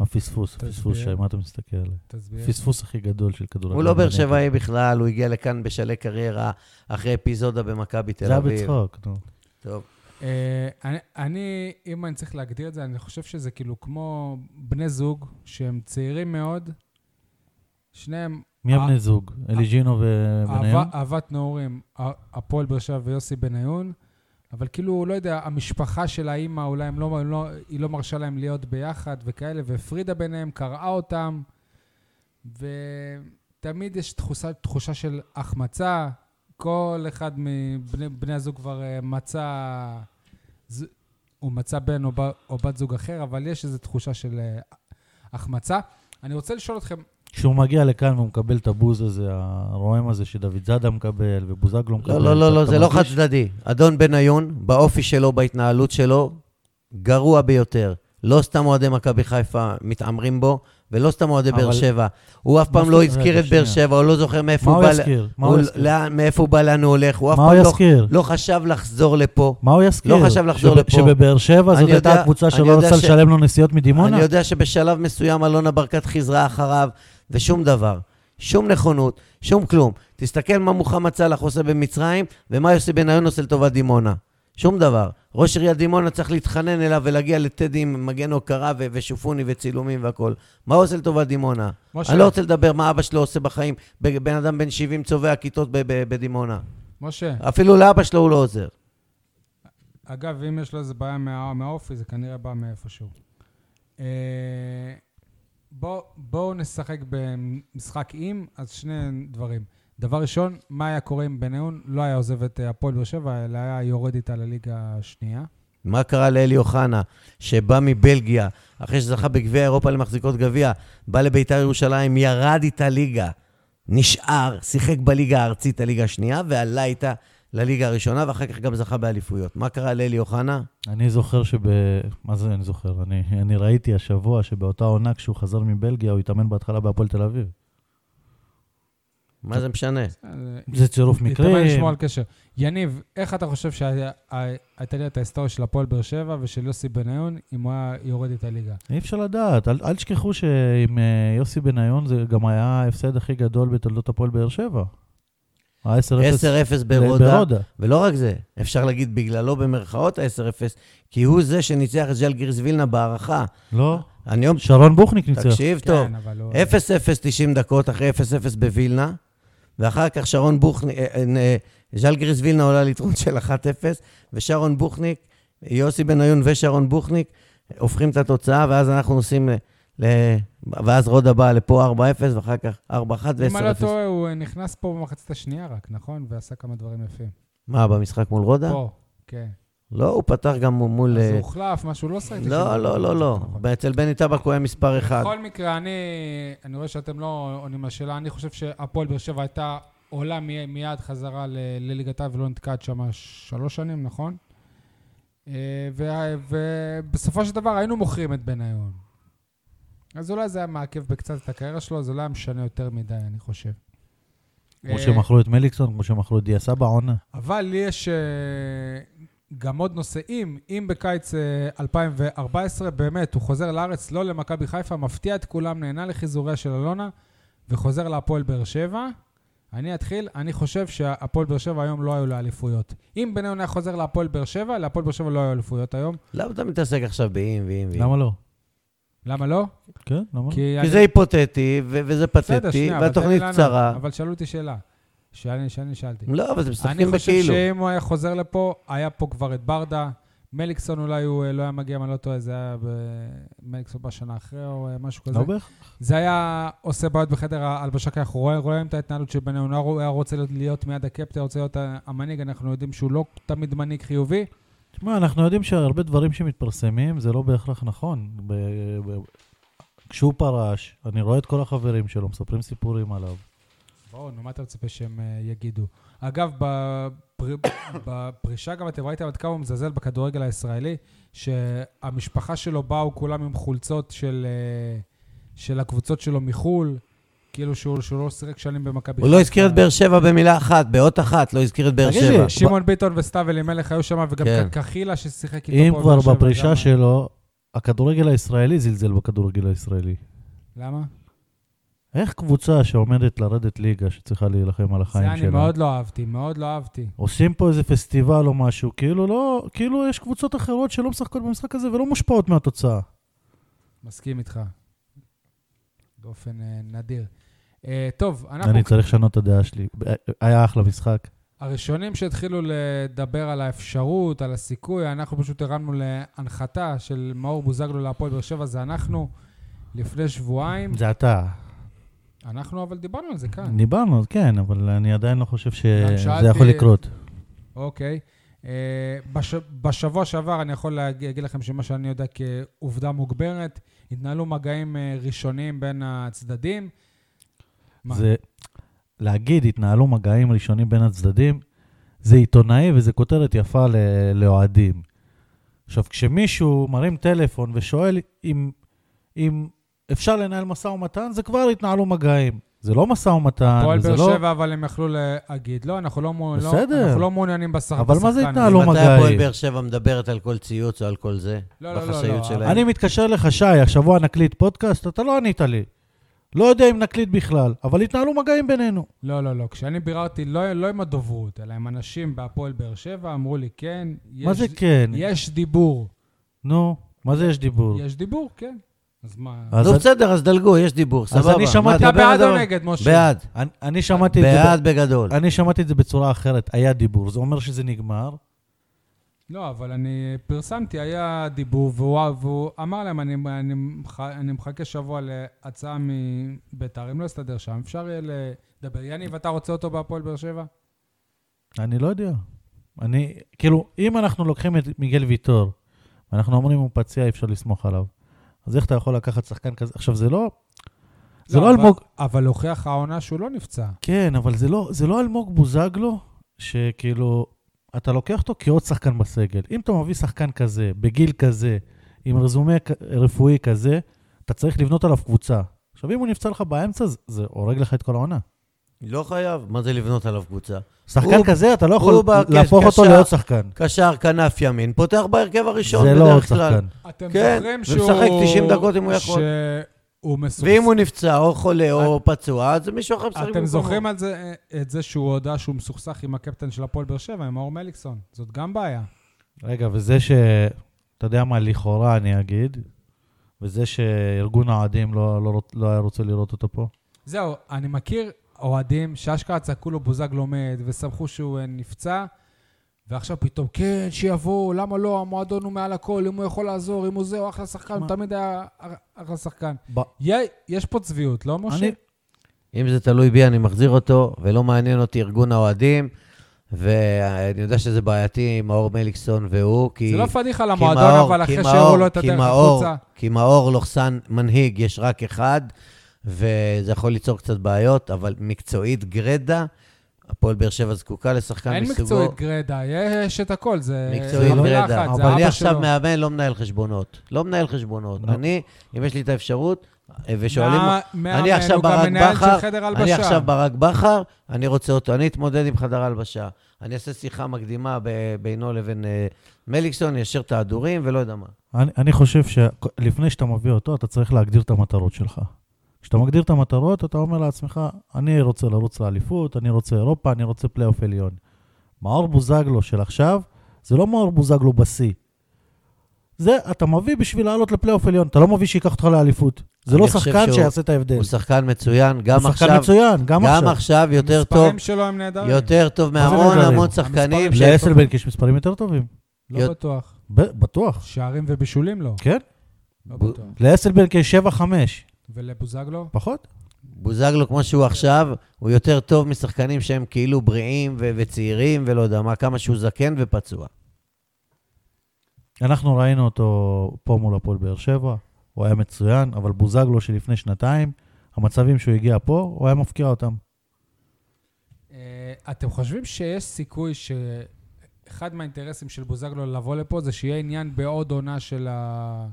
Speaker 2: הפספוס, הפספוס,
Speaker 1: תסביר.
Speaker 2: שי, מה אתה מסתכל עליי?
Speaker 1: תסביר.
Speaker 2: הפספוס הכי גדול של כדורגל.
Speaker 3: הוא לא באר
Speaker 2: בנגב.
Speaker 3: שבעי בכלל, הוא הגיע לכאן בשלהי קריירה, אחרי אפיזודה במכבי תל
Speaker 2: זה היה
Speaker 3: אביב.
Speaker 2: בצחוק, נו.
Speaker 3: טוב.
Speaker 1: אה, אני- אני, אם אני צריך להגדיר את זה, אני חושב שזה כאילו כמו בני זוג שהם צעירים מאוד, שניהם
Speaker 2: מי
Speaker 1: אה,
Speaker 2: הבני זוג? אליג'ינו ובניון?
Speaker 1: אהבה- אהבת נעורים, ה- הפועל באר שבע ויוסי בניון, אבל כאילו, לא יודע, המשפחה של האימא, אולי הם לא, הם לא, היא לא מרשה להם להיות ביחד וכאלה, והפרידה ביניהם, קרעה אותם, ותמיד יש תחושה, תחושה של החמצה. כל אחד מבני בני הזוג כבר אה, מצא, ז- הוא מצא בן או, ב, או בת זוג אחר, אבל יש איזו תחושה של אה, החמצה. אני רוצה לשאול אתכם,
Speaker 2: כשהוא מגיע לכאן והוא מקבל את הבוז הזה, הרועם הזה שדוד זאדה מקבל ובוזגלו מקבל.
Speaker 3: לא, לא, לא,
Speaker 2: אתה-
Speaker 3: לא,
Speaker 2: אתה
Speaker 3: זה לא חד
Speaker 2: מרגיש-
Speaker 3: צדדי. אדון בניון, באופי שלו, בהתנהלות שלו, גרוע ביותר. לא סתם אוהדי מכבי חיפה מתעמרים בו, ולא סתם אוהדי באר
Speaker 2: אבל-
Speaker 3: שבע. הוא אף
Speaker 2: מה
Speaker 3: פעם
Speaker 2: זאת
Speaker 3: לא
Speaker 2: אומרת?
Speaker 3: הזכיר את
Speaker 2: שנייה.
Speaker 3: באר שבע, הוא לא זוכר מאיפה
Speaker 2: מה הוא
Speaker 3: הוא בא, ל-
Speaker 2: יזכיר? מה
Speaker 3: הוא לא-
Speaker 2: הוא יזכיר?
Speaker 3: לאן- מאיפה הוא בא, לאן הוא הולך, הוא אף
Speaker 2: מה הוא
Speaker 3: פעם לא-
Speaker 2: יזכיר?
Speaker 3: לא חשב לחזור לפה.
Speaker 2: מה הוא יזכיר?
Speaker 3: לא חשב לחזור
Speaker 2: שב-
Speaker 3: לפה.
Speaker 2: שבבאר שבע זאת
Speaker 3: אני
Speaker 2: הייתה
Speaker 3: יודע-
Speaker 2: הקבוצה
Speaker 3: אני
Speaker 2: שלא
Speaker 3: יודע
Speaker 2: רצה
Speaker 3: ש-
Speaker 2: לשלם לו נסיעות מדימונה?
Speaker 3: אני יודע שבשלב מסוים אלונה ברקת חזרה אחריו, ושום דבר. שום נכונות, שום כלום. תסתכל מה מוחמד סאלח עושה במצרים, ומה יוסי בניון עושה לטובת דימונה. שום דבר. ראש עיריית דימונה צריך להתחנן אליו ולהגיע לטדי עם מגן הוקרה ו- ושופוני וצילומים והכול. מה הוא עושה לטובת דימונה?
Speaker 1: משה.
Speaker 3: אני לא רוצה לדבר מה אבא שלו עושה בחיים. ב- בן אדם בן 70 צובע כיתות ב- ב- בדימונה.
Speaker 1: משה,
Speaker 3: אפילו לאבא שלו הוא לא עוזר.
Speaker 1: אגב, אם יש לו איזה בעיה מה- מהאופי, זה כנראה בא מאיפשהו. אה, בוא- בואו נשחק במשחק עם, אז שני דברים. דבר ראשון, מה היה קורה אם בניון לא היה עוזב את אה, הפועל באר שבע, אלא היה יורד איתה לליגה השנייה?
Speaker 3: מה קרה לאלי אוחנה, שבא מבלגיה, אחרי שזכה בגביע אירופה למחזיקות גביע, בא לביתר ירושלים, ירד איתה ליגה, נשאר, שיחק בליגה הארצית, הליגה השנייה, ועלה איתה לליגה הראשונה, ואחר כך גם זכה באליפויות. מה קרה לאלי אוחנה?
Speaker 2: אני זוכר שב... מה זה אני זוכר? אני, אני ראיתי השבוע שבאותה עונה כשהוא חזר מבלגיה, הוא התאמן בהתחלה בהפועל תל אביב.
Speaker 3: מה זה משנה?
Speaker 1: אה,
Speaker 2: זה צירוף מקרים.
Speaker 1: להתאמן לשמור על קשר. יניב, איך אתה חושב שהייתה לי את ההיסטוריה של הפועל באר שבע ושל יוסי בניון, אם הוא היה יורד את הליגה?
Speaker 2: אי אפשר לדעת. אל, אל תשכחו שעם אה, יוסי בניון זה גם היה ההפסד הכי גדול בתולדות הפועל באר שבע. ה-10-0
Speaker 3: 10-0 ברודה,
Speaker 2: ברודה.
Speaker 3: ולא רק זה, אפשר להגיד בגללו במרכאות ה-10-0, כי הוא זה שניצח את ז'אל גירס וילנה בהערכה.
Speaker 2: לא,
Speaker 3: אני היום...
Speaker 2: שרון בוכניק ניצח.
Speaker 3: תקשיב טוב.
Speaker 1: כן, אבל הוא...
Speaker 3: 0-0 90 דקות אחרי 0-0 בווילנה, ואחר כך שרון בוכניק, אה, אה, אה, ז'אל גריס וילנה עולה ליתרון של 1-0, ושרון בוכניק, יוסי בניון ושרון בוכניק הופכים את התוצאה, ואז אנחנו נוסעים ל... ל- ואז רודה באה לפה 4-0, ואחר כך 4-1
Speaker 1: אם אני לא
Speaker 3: ו-10-0.
Speaker 1: טועה, הוא נכנס פה במחצית השנייה רק, נכון? ועשה כמה דברים יפים.
Speaker 3: מה, במשחק מול רודה?
Speaker 1: פה, כן.
Speaker 3: לא, הוא פתח גם מול...
Speaker 1: אז הוא
Speaker 3: אה,
Speaker 1: הוחלף, משהו לא שחק.
Speaker 3: לא, לא, לא, לא.
Speaker 1: נכון.
Speaker 3: אצל בני טבק הוא היה מספר 1.
Speaker 1: בכל מקרה, אני אני רואה שאתם לא עונים לשאלה. אני חושב שהפועל באר שבע הייתה עולה מי- מיד חזרה ל- לליגתה ולא נתקעת שם שלוש שנים, נכון? אה, וה- ובסופו של דבר היינו מוכרים את בניון. אז אולי זה היה מעכב בקצת את הקריירה שלו, זה לא היה משנה יותר מדי, אני חושב.
Speaker 2: כמו
Speaker 1: אה,
Speaker 2: שמכרו את מליקסון, כמו שמכרו את דיה סבא עונה.
Speaker 1: אבל לי יש אה, גם עוד נושאים. אם בקיץ אה, 2014, באמת, הוא חוזר לארץ, לא למכבי חיפה, מפתיע את כולם, נהנה לחיזוריה של אלונה, וחוזר להפועל באר שבע. אני אתחיל, אני חושב שהפועל באר שבע היום לא היו לה אליפויות. אם בניון היה חוזר להפועל באר שבע, להפועל באר שבע לא היו אליפויות היום.
Speaker 3: למה אתה מתעסק עכשיו באם ואם ואם?
Speaker 2: למה לא?
Speaker 1: למה לא?
Speaker 2: כן, למה
Speaker 1: כי...
Speaker 2: לא?
Speaker 3: כן. אוקיי. כי
Speaker 1: אני-
Speaker 3: זה היפותטי, ו- וזה פתטי,
Speaker 1: שנייה, אבל תן לי
Speaker 3: והתוכנית
Speaker 1: לענות.
Speaker 3: קצרה.
Speaker 1: אבל שאלו אותי שאלה, שאני שאני שאלתי.
Speaker 3: לא, אבל זה
Speaker 1: אני
Speaker 3: משחקים
Speaker 1: חושב
Speaker 3: בכאילו.
Speaker 1: שאם הוא היה חוזר לפה, היה פה כבר את ברדה. מליקסון אולי הוא אה, לא היה מגיע, אם אני לא טועה, זה היה ב- מליקסון בשנה אחרי או אה, משהו כזה.
Speaker 2: לא בהכרח.
Speaker 1: זה היה עושה בעיות בחדר ההלבשה, כי אנחנו רואים- רואים את ההתנהלות של בניון. הוא היה רוצה להיות- להיות מיד הקפטן, רוצה להיות ה- המנהיג, אנחנו יודעים שהוא לא תמיד מנהיג חיובי.
Speaker 2: תשמע, אנחנו יודעים שהרבה דברים שמתפרסמים זה לא בהכרח נכון. ב- ב- כשהוא פרש, אני רואה את כל החברים שלו, מספרים סיפורים עליו.
Speaker 1: בואו, נו, מה אתה מצפה שהם אה, יגידו? אגב, בפר... בפרישה גם אתם ראיתם עד כמה הוא מזלזל בכדורגל הישראלי, שהמשפחה שלו באו כולם עם חולצות של, אה, של הקבוצות שלו מחו"ל, כאילו שהוא, שהוא לא שיחק שנים במכבי
Speaker 3: הוא לא הזכיר את באר שבע במילה אחת, באות אחת, לא הזכיר את באר
Speaker 2: תגיד
Speaker 3: שבע.
Speaker 2: לי, ש-
Speaker 1: שמעון ביטון וסתיו אלימלך היו שם, וגם
Speaker 3: כן.
Speaker 1: כן. קחילה ששיחק איתו
Speaker 2: אם
Speaker 1: פה
Speaker 2: כבר
Speaker 1: בבאר שבע, אה.
Speaker 2: בפרישה
Speaker 1: למה?
Speaker 2: שלו, הכדורגל הישראלי זלזל בכדורגל הישראלי.
Speaker 1: למה?
Speaker 2: איך קבוצה שעומדת לרדת ליגה, שצריכה להילחם על
Speaker 1: זה
Speaker 2: החיים
Speaker 1: אני
Speaker 2: שלה,
Speaker 1: מאוד לא אהבתי, מאוד לא אהבתי.
Speaker 2: עושים פה איזה פסטיבל או משהו, כאילו לא, כאילו יש קבוצות אחרות שלא משחקות במשחק הזה ולא מושפעות מהתוצאה.
Speaker 1: מסכים איתך. באופן אה, נדיר. אה, טוב, אנחנו
Speaker 2: אני צריך לשנות את הדעה שלי. היה אחלה משחק.
Speaker 1: הראשונים שהתחילו לדבר על האפשרות, על הסיכוי, אנחנו פשוט הרמנו להנחתה של מאור בוזגלו להפועל באר שבע, זה אנחנו לפני שבועיים.
Speaker 2: זה אתה.
Speaker 1: אנחנו אבל דיברנו על זה כאן,
Speaker 2: דיברנו, כן, אבל אני עדיין לא חושב
Speaker 1: גם
Speaker 2: שזה
Speaker 1: שאלתי-
Speaker 2: יכול לקרות.
Speaker 1: אוקיי. אה, בש... בשבוע שעבר אני יכול להג- להגיד לכם שמה שאני יודע כעובדה מוגברת, התנהלו מגעים אה, ראשוניים בין הצדדים. מה?
Speaker 2: זה להגיד, התנהלו מגעים ראשונים בין הצדדים, זה עיתונאי וזה כותרת יפה ל- לאוהדים. עכשיו, כשמישהו מרים טלפון ושואל אם, אם אפשר לנהל משא ומתן, זה כבר התנהלו מגעים. זה לא משא ומתן,
Speaker 1: הפועל
Speaker 2: זה
Speaker 1: באר
Speaker 2: לא...
Speaker 1: שבע, אבל הם יכלו להגיד, לא, אנחנו לא, מעו- לא,
Speaker 2: בסדר.
Speaker 1: אנחנו לא מעוניינים בשח- בשחקן.
Speaker 2: אבל מה זה
Speaker 1: הזה."
Speaker 2: התנהלו? לא
Speaker 3: מתי
Speaker 2: מגעי.
Speaker 3: הפועל באר שבע מדברת על כל ציוץ או על כל זה?
Speaker 1: לא, לא, לא,
Speaker 3: בחשאיות
Speaker 1: לא,
Speaker 3: שלהם.
Speaker 2: אני מתקשר לך, שי, השבוע נקליט פודקאסט, אתה לא ענית לי. לא יודע אם נקליט בכלל, אבל התנהלו מגעים בינינו.
Speaker 1: לא, לא, לא. כשאני ביררתי, לא, לא עם הדוברות, אלא עם אנשים בהפועל באר שבע, אמרו לי, כן, יש,
Speaker 2: מה זה כן?
Speaker 1: יש דיבור.
Speaker 2: נו, מה זה יש דיבור?
Speaker 1: יש דיבור, כן. אז מה...
Speaker 2: אז
Speaker 3: נו,
Speaker 2: אני-
Speaker 3: בסדר, אז דלגו, יש דיבור, סבבה.
Speaker 2: אני
Speaker 3: אה, מה
Speaker 2: שמעתי-
Speaker 1: אתה
Speaker 2: דבר
Speaker 1: בעד או
Speaker 2: דבר.
Speaker 1: נגד, משה?
Speaker 3: בעד,
Speaker 2: אני- אני שמעתי את זה...
Speaker 3: בעד בגדול.
Speaker 2: ב- אני שמעתי את זה בצורה אחרת, היה דיבור, זה אומר שזה נגמר.
Speaker 1: לא, אבל אני פרסמתי, היה דיבור, והוא, והוא אמר להם, אני, אני, מח- אני מחכה שבוע להצעה מביתר, אם לא יסתדר שם, אפשר יהיה לדבר. יניב, אתה רוצה אותו בהפועל באר שבע?
Speaker 2: אני לא יודע. אני, כאילו, אם אנחנו לוקחים את מיגל ויטור, ואנחנו אומרים הוא פציע, אי אפשר לסמוך עליו, אז איך אתה יכול לקחת שחקן כזה? עכשיו, זה לא... זה לא
Speaker 1: אבל-
Speaker 2: אלמוג...
Speaker 1: אבל הוכיח העונה שהוא לא נפצע.
Speaker 2: כן, אבל זה לא, זה לא אלמוג בוזגלו, שכאילו, אתה לוקח אותו כעוד שחקן בסגל. אם אתה מביא שחקן כזה, בגיל כזה, עם רזומה כ- רפואי כזה, אתה צריך לבנות עליו קבוצה. עכשיו, אם הוא נפצע לך באמצע, זה- זה הורג לך את כל העונה.
Speaker 3: לא חייב, מה זה לבנות עליו קבוצה?
Speaker 2: שחקן
Speaker 3: הוא-
Speaker 2: כזה, אתה לא יכול
Speaker 3: הוא בא
Speaker 2: להפוך אותו
Speaker 3: כקשר.
Speaker 2: לעוד שחקן.
Speaker 3: קשר, כנף ימין, פותח בהרכב הראשון
Speaker 2: זה
Speaker 3: בדרך כלל.
Speaker 2: לא עוד שחקן.
Speaker 1: אתם
Speaker 3: כן,
Speaker 1: זוכרים שהוא...
Speaker 3: ומשחק 90 דקות אם הוא יכול.
Speaker 1: שהוא מסוכסך.
Speaker 3: ואם הוא נפצע, או חולה, או פצוע, אז מישהו אחר משחק
Speaker 1: אתם זוכרים על זה, את זה שהוא הודה שהוא מסוכסך עם הקפטן של הפועל באר שבע, עם מאור מליקסון? זאת גם בעיה.
Speaker 2: רגע, וזה ש... אתה יודע מה, לכאורה אני אגיד, וזה שארגון האוהדים לא, לא, רוצ- לא היה רוצה לראות אותו פה.
Speaker 1: זהו, אני מכיר אוהדים שאשכרה צעקו לו בוזגלו מת, ושמחו שהוא אה, נפצע, ועכשיו פתאום, כן, שיבואו, למה לא, המועדון הוא מעל הכל, אם הוא יכול לעזור, אם הוא זה, הוא אחלה שחקן, הוא
Speaker 2: מה?
Speaker 1: תמיד היה אח- אחלה שחקן.
Speaker 2: ב...
Speaker 1: יה- יש פה צביעות, לא, משה?
Speaker 2: אני-
Speaker 3: אם זה תלוי בי, אני מחזיר אותו, ולא מעניין אותי ארגון האוהדים, ואני יודע שזה בעייתי, מאור מליקסון והוא, כי...
Speaker 1: זה לא פדיחה
Speaker 3: כי
Speaker 1: למועדון,
Speaker 3: מאור-
Speaker 1: אבל
Speaker 3: כי
Speaker 1: אחרי
Speaker 3: מאור-
Speaker 1: שהראו לו את
Speaker 3: כי
Speaker 1: הדרך
Speaker 3: מאור-
Speaker 1: החוצה.
Speaker 3: כי מאור לוחסן מנהיג, יש רק אחד, וזה יכול ליצור קצת בעיות, אבל מקצועית גרדה, הפועל באר שבע זקוקה לשחקן
Speaker 1: אין
Speaker 3: מסוגו.
Speaker 1: מקצועית גרדה, יש את הכל, זה
Speaker 3: מקצועית
Speaker 1: זה מילה
Speaker 3: גרידא.
Speaker 1: אחת, זה
Speaker 3: אבל אני
Speaker 1: אבא
Speaker 3: עכשיו
Speaker 1: שלו.
Speaker 3: מאמן, לא מנהל חשבונות. לא מנהל חשבונות.
Speaker 2: לא.
Speaker 3: אני, אם יש לי את האפשרות, אה, ושואלים...
Speaker 1: מה-
Speaker 3: אני
Speaker 1: מאמן,
Speaker 3: עכשיו
Speaker 1: הוא גם
Speaker 3: ברק
Speaker 1: מנהל של
Speaker 3: בכר,
Speaker 1: חדר
Speaker 3: אני
Speaker 1: הלבשה.
Speaker 3: עכשיו ברק בכר, אני רוצה אותו, אני אתמודד עם חדר הלבשה. אני אעשה שיחה מקדימה ב- בינו לבין אה, מליקסון, ישר תהדורים ולא יודע מה.
Speaker 2: אני, אני חושב שלפני שאתה מביא אותו, אתה צריך להגדיר את המטרות שלך. כשאתה מגדיר את המטרות, אתה אומר לעצמך, אני רוצה לרוץ לאליפות, אני רוצה אירופה, אני רוצה פלייאוף עליון. מאור בוזגלו של עכשיו, זה לא מאור בוזגלו בשיא. זה אתה מביא בשביל לעלות לפלייאוף עליון, אתה לא מביא שייקח אותך לאליפות. זה
Speaker 3: אני
Speaker 2: לא
Speaker 3: חושב
Speaker 2: שחקן
Speaker 3: שהוא-
Speaker 2: שיעשה את ההבדל.
Speaker 3: הוא שחקן מצוין, גם
Speaker 2: הוא שחקן
Speaker 3: עכשיו,
Speaker 2: מצוין, גם
Speaker 3: גם
Speaker 2: עכשיו.
Speaker 3: עכשיו יותר טוב,
Speaker 1: המספרים שלו הם נהדרים,
Speaker 3: יותר טוב
Speaker 2: מה זה
Speaker 3: מהמון
Speaker 2: נהדרים?
Speaker 3: המון שחקנים.
Speaker 1: המספרים-
Speaker 3: ש-
Speaker 2: לאסלבנק יש מספרים יותר טובים.
Speaker 1: לא
Speaker 3: יותר-
Speaker 1: בטוח.
Speaker 2: ב- בטוח.
Speaker 1: שערים ובישולים לא,
Speaker 2: כן?
Speaker 1: לא
Speaker 3: ב-
Speaker 1: בטוח.
Speaker 2: לאסלבנק יש 7-5.
Speaker 1: ולבוזגלו?
Speaker 2: פחות?
Speaker 3: בוזגלו, כמו שהוא עכשיו, הוא יותר טוב משחקנים שהם כאילו בריאים ו- וצעירים ולא יודע מה, כמה שהוא זקן ופצוע.
Speaker 2: אנחנו ראינו אותו פה מול הפועל באר שבע, הוא היה מצוין, אבל בוזגלו שלפני שנתיים, המצבים שהוא הגיע פה, הוא היה מפקיע אותם.
Speaker 1: אה, אתם חושבים שיש סיכוי שאחד מהאינטרסים של בוזגלו לבוא לפה זה שיהיה עניין בעוד עונה של ה...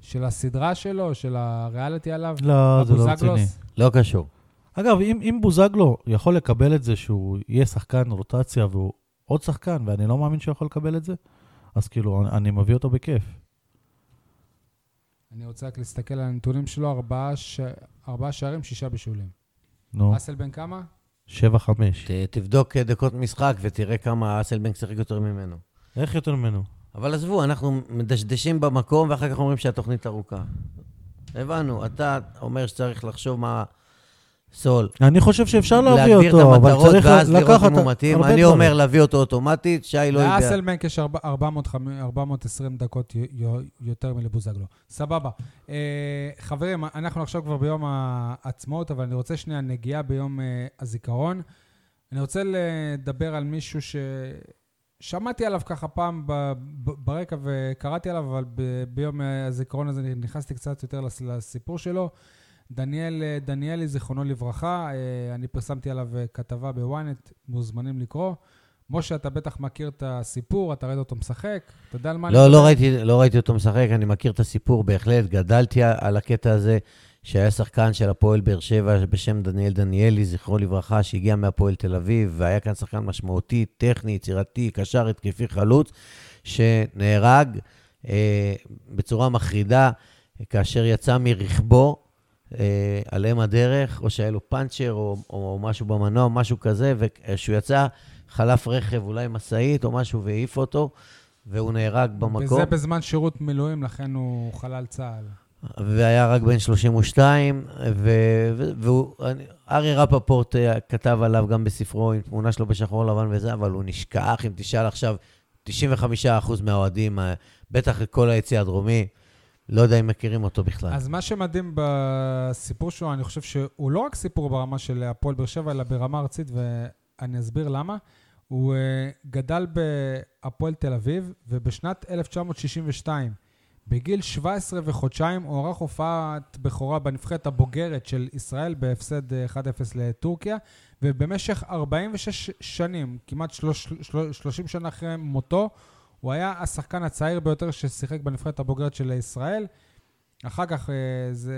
Speaker 1: של הסדרה שלו, של הריאליטי עליו?
Speaker 2: לא, זה לא
Speaker 1: הבוזגלוס?
Speaker 2: רציני.
Speaker 3: לא קשור.
Speaker 2: אגב, אם, אם בוזגלו יכול לקבל את זה שהוא יהיה שחקן רוטציה והוא עוד שחקן, ואני לא מאמין שהוא יכול לקבל את זה, אז כאילו, אני, אני מביא אותו בכיף.
Speaker 1: אני רוצה רק להסתכל על הנתונים שלו, ארבעה, ש... ארבעה שערים, שישה בישולים.
Speaker 2: נו,
Speaker 1: אסל בן כמה?
Speaker 2: 7-5.
Speaker 3: ת- תבדוק דקות משחק ותראה כמה אסלבנק שיחק יותר ממנו.
Speaker 2: איך יותר ממנו?
Speaker 3: אבל עזבו, אנחנו מדשדשים במקום ואחר כך אומרים שהתוכנית ארוכה. הבנו, אתה אומר שצריך לחשוב מה... סול.
Speaker 2: אני חושב שאפשר לא להביא אותו,
Speaker 3: להגדיר את
Speaker 2: אבל
Speaker 3: המטרות
Speaker 2: צריך
Speaker 3: ואז לראות
Speaker 2: לקחת
Speaker 3: אם הוא מתאים.
Speaker 2: הרבה
Speaker 3: אני
Speaker 2: דברים.
Speaker 3: אומר להביא אותו אוטומטית, שי לא יודע.
Speaker 1: לאסלבנק יש ארבע- 405 420 דקות י- י- יותר מלבוזגלו. סבבה. אה, חברים, אנחנו עכשיו כבר ביום העצמאות, אבל אני רוצה שנייה נגיעה ביום אה, הזיכרון. אני רוצה לדבר על מישהו ששמעתי עליו ככה פעם ב- ב- ברקע וקראתי עליו, אבל ב- ביום אה, הזיכרון הזה נכנסתי קצת יותר לס- לסיפור שלו. דניאל אה, דניאלי, זיכרונו לברכה, אה, אני פרסמתי עליו אה, כתבה בוויינט, מוזמנים לקרוא. משה, אתה בטח מכיר את הסיפור, אתה ראית אותו משחק, אתה יודע על מה
Speaker 3: לא,
Speaker 1: אני...
Speaker 3: לא ראיתי, לא ראיתי אותו משחק, אני מכיר את הסיפור בהחלט. גדלתי על הקטע הזה שהיה שחקן של הפועל באר שבע בשם דניאל דניאלי, זכרו לברכה, שהגיע מהפועל תל אביב, והיה כאן שחקן משמעותי, טכני, יצירתי, קשר, התקפי, חלוץ, שנהרג אה, בצורה מחרידה כאשר יצא מרכבו. אה, עליהם הדרך, או שהיה לו פאנצ'ר או, או משהו במנוע, משהו כזה, וכשהוא יצא, חלף רכב, אולי משאית או משהו, והעיף אותו, והוא נהרג במקום.
Speaker 1: וזה בזמן שירות מילואים, לכן הוא חלל צה"ל.
Speaker 3: והיה רק בן 32, וארי רפפורט אה, כתב עליו גם בספרו, עם תמונה שלו בשחור לבן וזה, אבל הוא נשכח, אם תשאל עכשיו, 95% מהאוהדים, אה, בטח את כל היציא הדרומי, לא יודע אם מכירים אותו בכלל.
Speaker 1: אז מה שמדהים בסיפור שלו, אני חושב שהוא לא רק סיפור ברמה של הפועל באר שבע, אלא ברמה ארצית, ואני אסביר למה. הוא אה, גדל בהפועל תל אביב, ובשנת 1962, בגיל 17 וחודשיים, הוא ערך הופעת בכורה בנבחרת הבוגרת של ישראל בהפסד אה, 1-0 לטורקיה, ובמשך 46 שנים, כמעט שלוש, של- 30 שנה אחרי מותו, הוא היה השחקן הצעיר ביותר ששיחק בנבחרת הבוגרת של ישראל. אחר כך אה, זה,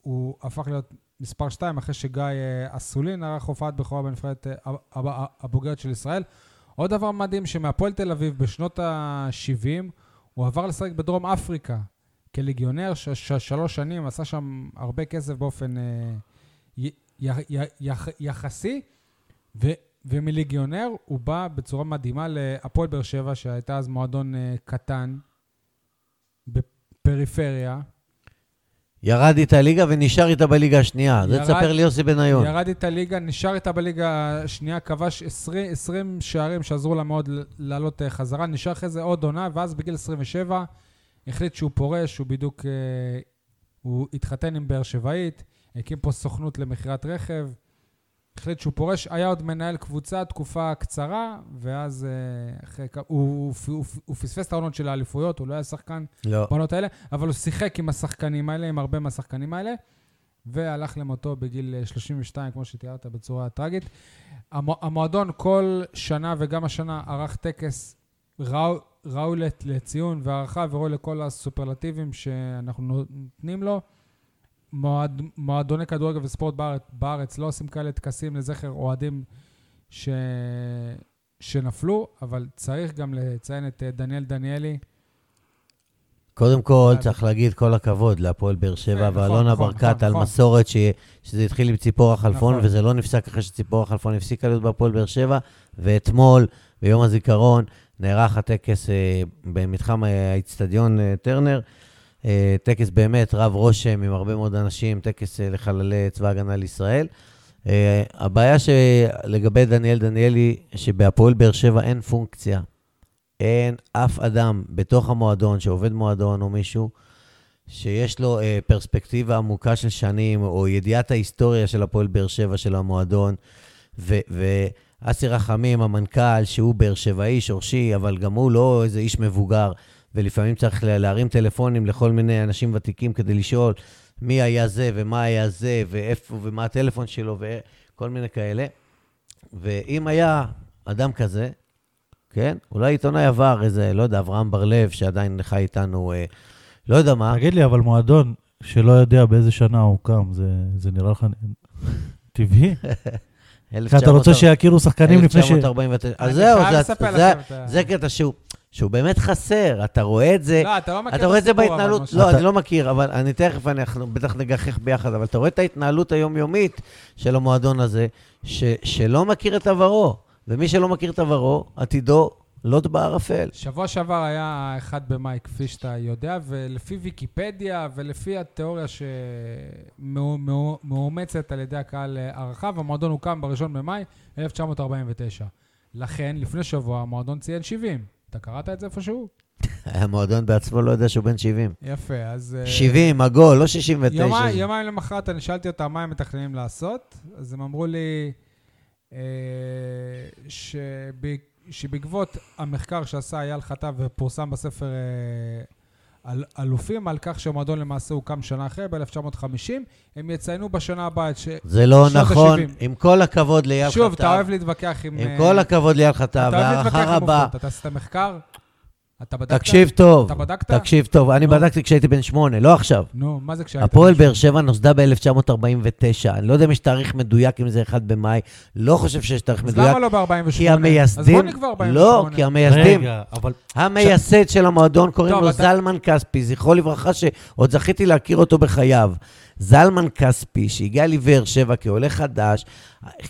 Speaker 1: הוא הפך להיות מספר 2, אחרי שגיא אה, אסולין ערך הופעת בכורה בנבחרת אה, הב- הב- הבוגרת של ישראל. עוד דבר מדהים, שמהפועל תל אביב בשנות ה-70, הוא עבר לשחק בדרום אפריקה כליגיונר, ש- ש- שלוש שנים, עשה שם הרבה כסף באופן אה, י- י- י- יח- יחסי, ו- ומליגיונר הוא בא בצורה מדהימה להפועל באר שבע, שהייתה אז מועדון אה, קטן בפריפריה.
Speaker 3: ירד איתה ליגה ונשאר איתה בליגה השנייה. זה
Speaker 1: ירד-
Speaker 3: תספר לי יוסי בניון.
Speaker 1: ירד איתה ליגה, נשאר איתה בליגה השנייה, כבש 20, 20 שערים שעזרו לה מאוד ל- לעלות אה, חזרה, נשאר אחרי זה עוד עונה, ואז בגיל 27 החליט שהוא פורש, הוא בדיוק, אה, הוא התחתן עם באר שבעית, הקים פה סוכנות למכירת רכב, החליט שהוא פורש, היה עוד מנהל קבוצה תקופה קצרה, ואז אה, אחרי, כ- הוא, הוא, הוא, הוא פספס את העונות של האליפויות, הוא לא היה שחקן
Speaker 3: לא.
Speaker 1: בעונות האלה, אבל הוא שיחק עם השחקנים האלה, עם הרבה מהשחקנים האלה, והלך למותו בגיל אה, 32, כמו שתיארת, בצורה טרגית. המוע- המועדון כל שנה וגם השנה ערך טקס ראו- ראוי לת- לציון והערכה וראוי לכל הסופרלטיבים שאנחנו נותנים לו. מועד, מועדוני כדורגל וספורט בארץ, בארץ לא עושים כאלה טקסים לזכר אוהדים ש, שנפלו, אבל צריך גם לציין את אה, דניאל דניאלי,
Speaker 3: קודם כל, צריך להגיד כל הכבוד להפועל באר שבע
Speaker 1: נכון,
Speaker 3: ואלונה
Speaker 1: נכון,
Speaker 3: ברקת
Speaker 1: נכון,
Speaker 3: על
Speaker 1: נכון.
Speaker 3: מסורת ש- שזה התחיל עם ציפורה חלפון,
Speaker 1: נכון.
Speaker 3: וזה לא נפסק אחרי שציפורה חלפון הפסיקה להיות בהפועל באר שבע, ואתמול, ביום הזיכרון, נערך הטקס אה, במתחם אה, האיצטדיון אה, טרנר. אה, טקס באמת רב רושם עם הרבה מאוד אנשים, טקס אה, לחללי צבא הגנה לישראל. אה, הבעיה שלגבי דניאל דניאלי, שבהפועל באר שבע אין פונקציה. אין אף אדם בתוך המועדון, שעובד מועדון או מישהו, שיש לו אה, פרספקטיבה עמוקה של שנים, או ידיעת ההיסטוריה של הפועל באר שבע, של המועדון. ו- ואסי רחמים, המנכ"ל, שהוא באר שבעי, שורשי, אבל גם הוא לא איזה איש מבוגר, ולפעמים צריך לה- להרים טלפונים לכל מיני אנשים ותיקים כדי לשאול מי היה זה, ומה היה זה, ואיפה, ומה הטלפון שלו, וכל מיני כאלה. ואם היה אדם כזה, כן? אולי עיתונאי עבר איזה, לא יודע, אברהם בר-לב, שעדיין חי איתנו, אה, לא יודע מה.
Speaker 2: תגיד לי, אבל מועדון שלא יודע באיזה שנה הוא קם, זה, זה נראה לך טבעי? אתה רוצה שיכירו שחקנים לפני ש...
Speaker 3: 1949. אז
Speaker 1: אני
Speaker 3: זהו,
Speaker 1: חייב
Speaker 3: זה-
Speaker 1: לספר
Speaker 3: זה-
Speaker 1: לכם את ה-
Speaker 3: זה קטע שהוא שהוא באמת חסר, אתה רואה את זה.
Speaker 1: לא, אתה לא מכיר
Speaker 3: אתה רואה את זה
Speaker 1: הסיפור, אבל,
Speaker 3: בהתנהלות,
Speaker 1: משה.
Speaker 3: לא,
Speaker 2: אתה-
Speaker 3: אני לא מכיר, אבל אני תכף, אנחנו בטח נגחך ביחד, אבל אתה רואה את ההתנהלות היומיומית של המועדון הזה, ש- שלא מכיר את עברו, ומי שלא מכיר את עברו, עתידו לוט בערפל.
Speaker 1: שבוע שעבר היה ה-1 במאי, כפי שאתה יודע, ולפי ויקיפדיה ולפי התיאוריה שמאומצת על ידי הקהל אה, הרחב, המועדון הוקם ב-1 במאי 1949. לכן, לפני שבוע המועדון ציין 70. אתה קראת את זה איפשהו?
Speaker 3: המועדון בעצמו לא יודע שהוא בן 70.
Speaker 1: יפה, אז... אה,
Speaker 3: 70, עגול, לא 69.
Speaker 1: יומיים, יומיים למחרת אני שאלתי אותם מה הם מתכננים לעשות, אז הם אמרו לי אה, שבג, שבעקבות המחקר שעשה אייל חטא ופורסם בספר אה, אל, אלופים, על כך שהמועדון למעשה הוקם שנה אחרי, ב-1950, הם יציינו בשנה הבאה את ש...
Speaker 3: זה לא
Speaker 1: שנות
Speaker 3: נכון,
Speaker 1: ה-שבעים.
Speaker 3: עם כל הכבוד לאייל חטב.
Speaker 1: שוב, אתה אוהב להתווכח עם...
Speaker 3: עם
Speaker 1: אה,
Speaker 3: כל הכבוד לאייל חטב,
Speaker 1: אתה אוהב להתווכח
Speaker 3: והערכה
Speaker 1: עם
Speaker 3: רבה.
Speaker 1: עובדות, אתה עשית מחקר? אתה בדקת?
Speaker 3: תקשיב טוב.
Speaker 1: אתה בדקת? לא. כן,
Speaker 3: תקשיב טוב, אני
Speaker 1: נו.
Speaker 3: בדקתי כשהייתי בן שמונה, לא עכשיו.
Speaker 1: נו, מה זה כשהיית?
Speaker 3: הפועל
Speaker 1: מישהו?
Speaker 3: באר שבע נוסדה ב-1949. אני לא יודע אם יש תאריך מדויק, אם זה 1 במאי. לא חושב שיש תאריך
Speaker 1: אז
Speaker 3: מדויק.
Speaker 1: למה לא ב-48?
Speaker 3: כי המייסדים...
Speaker 1: אז בוא נקבע 48.
Speaker 3: לא, כי המייסדים...
Speaker 2: רגע, אבל
Speaker 3: המייסד של המועדון קוראים
Speaker 1: טוב,
Speaker 3: לו
Speaker 1: אתה-
Speaker 3: זלמן כספי, זכרו לברכה, שעוד זכיתי להכיר אותו בחייו. זלמן כספי, שהגיע לבאר שבע כעולה חדש,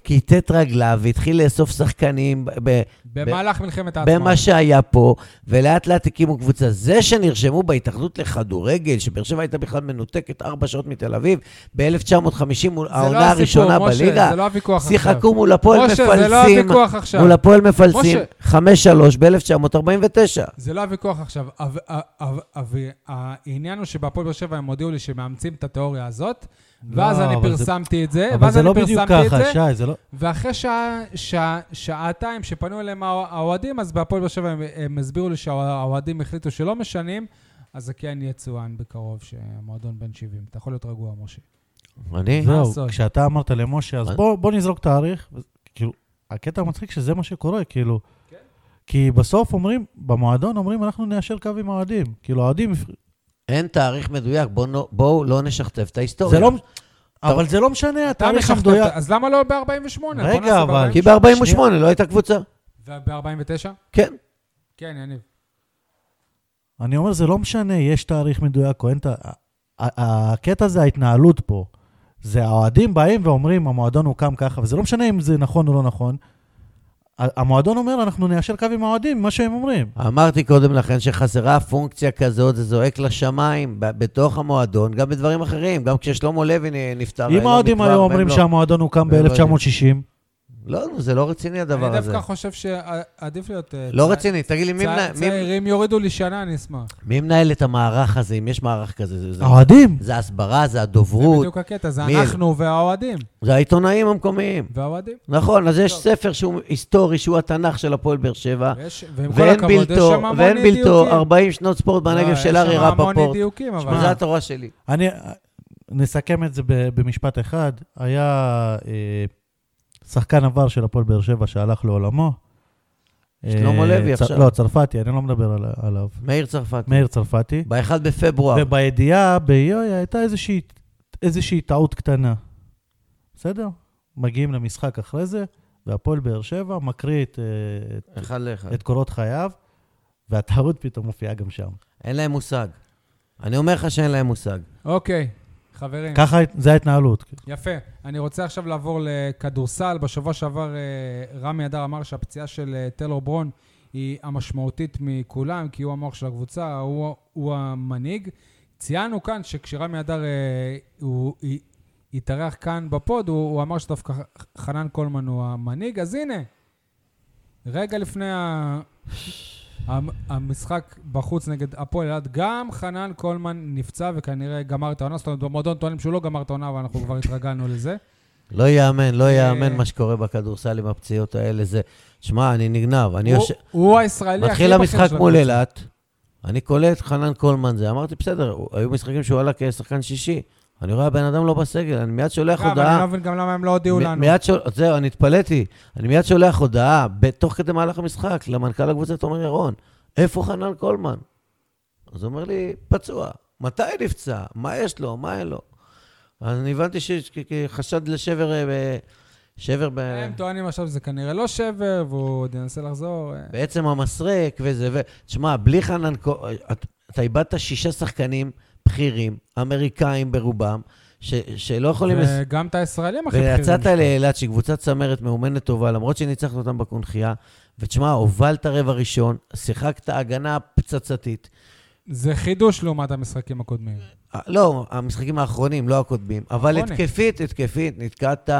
Speaker 3: כיתת רגליו והתחיל לאסוף שחקנים ב- ב-
Speaker 1: במהלך מלחמת העצמאות.
Speaker 3: במה שהיה פה, ולאט לאט הקימו קבוצה. זה שנרשמו בהתאחדות לכדורגל, שבאר שבע הייתה בכלל מנותקת ארבע שעות מתל אביב, ב-1950,
Speaker 1: זה לא
Speaker 3: העונה
Speaker 1: הסיפור,
Speaker 3: הראשונה
Speaker 1: משה,
Speaker 3: בליגה,
Speaker 1: זה לא הוויכוח עכשיו.
Speaker 3: שיחקו מול הפועל
Speaker 1: משה, זה לא
Speaker 3: מפלסים,
Speaker 1: הוויכוח עכשיו.
Speaker 3: מול הפועל מפלסים,
Speaker 1: משה.
Speaker 3: 5-3 ב-1949.
Speaker 1: זה לא הוויכוח עכשיו. אב- אב- אב- אב- העניין הוא שבהפועל באר שבע הם הודיעו לי שמאמצים את התיאוריה הזאת, ואז
Speaker 2: לא,
Speaker 1: אני
Speaker 2: אבל זה-
Speaker 1: פרסמתי את זה,
Speaker 2: אבל
Speaker 1: ואז
Speaker 2: זה
Speaker 1: אני
Speaker 2: לא בדיוק
Speaker 1: פרסמתי את
Speaker 2: ככה,
Speaker 1: זה,
Speaker 2: שי, זה לא...
Speaker 1: ואחרי שעה- שעה- שעתיים שפנו אליהם האו- האוהדים, אז בהפועל באר שבע הם- הם הסבירו לי שהאוהדים החליטו שלא משנים, אז זה כן יהיה צוען בקרוב, שהמועדון בן 70. אתה יכול להיות רגוע, משה.
Speaker 3: אני?
Speaker 1: מה
Speaker 2: זהו,
Speaker 1: לעשות?
Speaker 2: כשאתה אמרת למשה, אז
Speaker 3: מה?
Speaker 2: בוא, בוא נזרוק תאריך. וזה- כאילו, הקטע המצחיק שזה מה שקורה, כאילו.
Speaker 1: כן.
Speaker 2: כי בסוף אומרים, במועדון אומרים, אנחנו ניישר קו עם האוהדים. כאילו, האוהדים...
Speaker 3: אין תאריך מדויק, בואו נו- בואו לא נשכתב את ההיסטוריה.
Speaker 2: זה
Speaker 1: כן,
Speaker 2: לא... אבל זה לא משנה,
Speaker 1: אתה
Speaker 2: התאריך
Speaker 1: משכתב-
Speaker 2: המדויק.
Speaker 1: אז למה לא ב-48?
Speaker 2: רגע, אבל- כאילו-
Speaker 3: כי ב-48 לא הייתה קבוצה.
Speaker 1: וב-49?
Speaker 3: כן.
Speaker 1: כן, יניב.
Speaker 2: אני אומר, זה לא משנה, יש תאריך מדויק או אין תאריך. הקטע זה ההתנהלות פה. זה האוהדים באים ואומרים, המועדון הוקם ככה, וזה לא משנה אם זה נכון או לא נכון. ה- המועדון אומר, אנחנו ניישר קו עם האוהדים, מה שהם אומרים.
Speaker 3: אמרתי קודם לכן שחסרה פונקציה כזאת, זה זועק לשמיים, ב- בתוך המועדון, גם בדברים אחרים, גם כששלמה לוי נ- נפטר.
Speaker 2: אם
Speaker 3: לא
Speaker 2: האוהדים
Speaker 3: מכבר,
Speaker 2: היו
Speaker 3: והם
Speaker 2: אומרים
Speaker 3: לא-
Speaker 2: שהמועדון הוקם
Speaker 3: והם לא יודעים.
Speaker 2: ב-1960,
Speaker 3: לא, נו, זה לא רציני הדבר
Speaker 1: אני
Speaker 3: הזה.
Speaker 1: דווקא חושב שעדיף להיות... אה,
Speaker 3: לא
Speaker 1: צע-
Speaker 3: רציני, תגיד לי, מי
Speaker 1: צע-
Speaker 3: מנה- מי-
Speaker 1: צעיר, אם יורידו לי שנה, אני אשמח.
Speaker 3: מי מנהל את המערך הזה, אם יש מערך כזה? זה- זה-
Speaker 2: אה. האוהדים.
Speaker 3: זה הסברה, זה
Speaker 1: זה
Speaker 3: הדוברות,
Speaker 1: בדיוק הקטע, זה
Speaker 3: מי-
Speaker 1: אנחנו והאוהדים.
Speaker 3: זה העיתונאים המקומיים.
Speaker 1: והאוהדים.
Speaker 3: נכון, אז יש
Speaker 1: טוב.
Speaker 3: ספר שהוא היסטורי, שהוא התנ"ך של הפועל באר שבע.
Speaker 1: ויש- ועם כל
Speaker 3: ואין
Speaker 1: הכבוד, יש שם
Speaker 3: בלתו,
Speaker 1: המון
Speaker 3: ואין בלתו
Speaker 1: אי-דיוקים.
Speaker 3: 40 שנות ספורט
Speaker 1: לא,
Speaker 3: בנגב של ארי
Speaker 1: יש שם המון אה.
Speaker 3: רפפורט.
Speaker 1: אי-דיוקים, אבל...
Speaker 2: שמע,
Speaker 3: זה התורה שלי.
Speaker 2: אני... נסכם את זה ב- במשפט אחד. היה אה, שחקן עבר של הפועל באר שבע שהלך לעולמו.
Speaker 3: שלמה
Speaker 2: אה,
Speaker 3: לוי
Speaker 2: צ-
Speaker 3: עכשיו.
Speaker 2: לא, צרפתי, אני לא מדבר על- עליו.
Speaker 3: מאיר צרפתי.
Speaker 2: מאיר צרפתי.
Speaker 3: ב-1 בפברואר.
Speaker 2: ובידיעה, ביואיה, הייתה איזושהי, איזושהי טעות קטנה. בסדר? מגיעים למשחק אחרי זה, והפועל באר שבע מקריא את, אה, את,
Speaker 3: אחד לאחד.
Speaker 2: את קורות חייו, והטעות פתאום מופיעה גם שם.
Speaker 3: אין להם מושג. אני אומר לך שאין להם מושג.
Speaker 1: אוקיי,
Speaker 3: כן.
Speaker 1: חברים,
Speaker 2: ככה, זה ההתנהלות.
Speaker 1: יפה. אני רוצה עכשיו לעבור לכדורסל. בשבוע שעבר אה, רמי אדר אמר שהפציעה של אה, טיילור ברון היא המשמעותית מכולם, כי הוא המוח של הקבוצה, הוא, הוא המנהיג. ציינו כאן שכשרמי אדר אה, הוא י- התארח כאן בפוד, הוא, הוא אמר שדווקא ח- חנן קולמן הוא המנהיג, אז הנה, רגע לפני ה... המ- המשחק בחוץ נגד הפועל אלעד, גם חנן קולמן נפצע וכנראה גמר את העונה, זאת אומרת במועדון טוענים שהוא לא גמר את העונה, אבל אנחנו כבר התרגלנו לזה.
Speaker 3: לא ייאמן, לא ייאמן
Speaker 1: אה.
Speaker 3: מה שקורה בכדורסל עם הפציעות האלה. זה... שמע, אני נגנב. אני
Speaker 1: הוא-
Speaker 3: יושב...
Speaker 1: הוא הישראלי הכי
Speaker 3: מתחיל
Speaker 1: בכיר
Speaker 3: המשחק
Speaker 1: של
Speaker 3: מול
Speaker 1: הקבוצה.
Speaker 3: אילת, אני קולט חנן קולמן זה. אמרתי, בסדר, הוא- היו משחקים שהוא עלה כשחקן שישי. אני רואה, הבן אדם לא בסגל, אני מיד שולח
Speaker 1: אגב, אני
Speaker 3: הודעה.
Speaker 1: לא מבין גם למה הם לא הודיעו
Speaker 3: מ-
Speaker 1: לנו.
Speaker 3: מיד שול... זהו, אני התפלאתי. אני מיד שולח הודעה, בתוך כדי מהלך המשחק, למנכ"ל הקבוצה, תומר ירון, איפה חנן קולמן? אז הוא אומר לי, פצוע. מתי נפצע? מה יש לו? מה אין לו? אז אני הבנתי שיש כ- כ- חשד לשבר... אה, ב- שבר ב...
Speaker 1: אה, הם טוענים עכשיו שזה כנראה לא שבר, והוא עוד ינסה לחזור. אה.
Speaker 3: בעצם המסרק וזה, ו... תשמע, בלי חנן קולמן, אתה איבדת שישה שחקנים בכירים, אמריקאים ברובם, ש... שלא יכולים... לס-
Speaker 1: וגם את הישראלים הכי בכירים.
Speaker 3: ויצאת
Speaker 1: שלך.
Speaker 3: לאילת, שהיא קבוצת צמרת מאומנת טובה, למרות שניצחת אותם בקונכייה, ותשמע, הובלת רבע ראשון, שיחקת הגנה פצצתית.
Speaker 1: זה חידוש לעומת המשחקים הקודמים.
Speaker 3: אה, לא, המשחקים האחרונים, לא הקודמים, אבל
Speaker 1: האחרונים.
Speaker 3: התקפית, התקפית, נתקעת,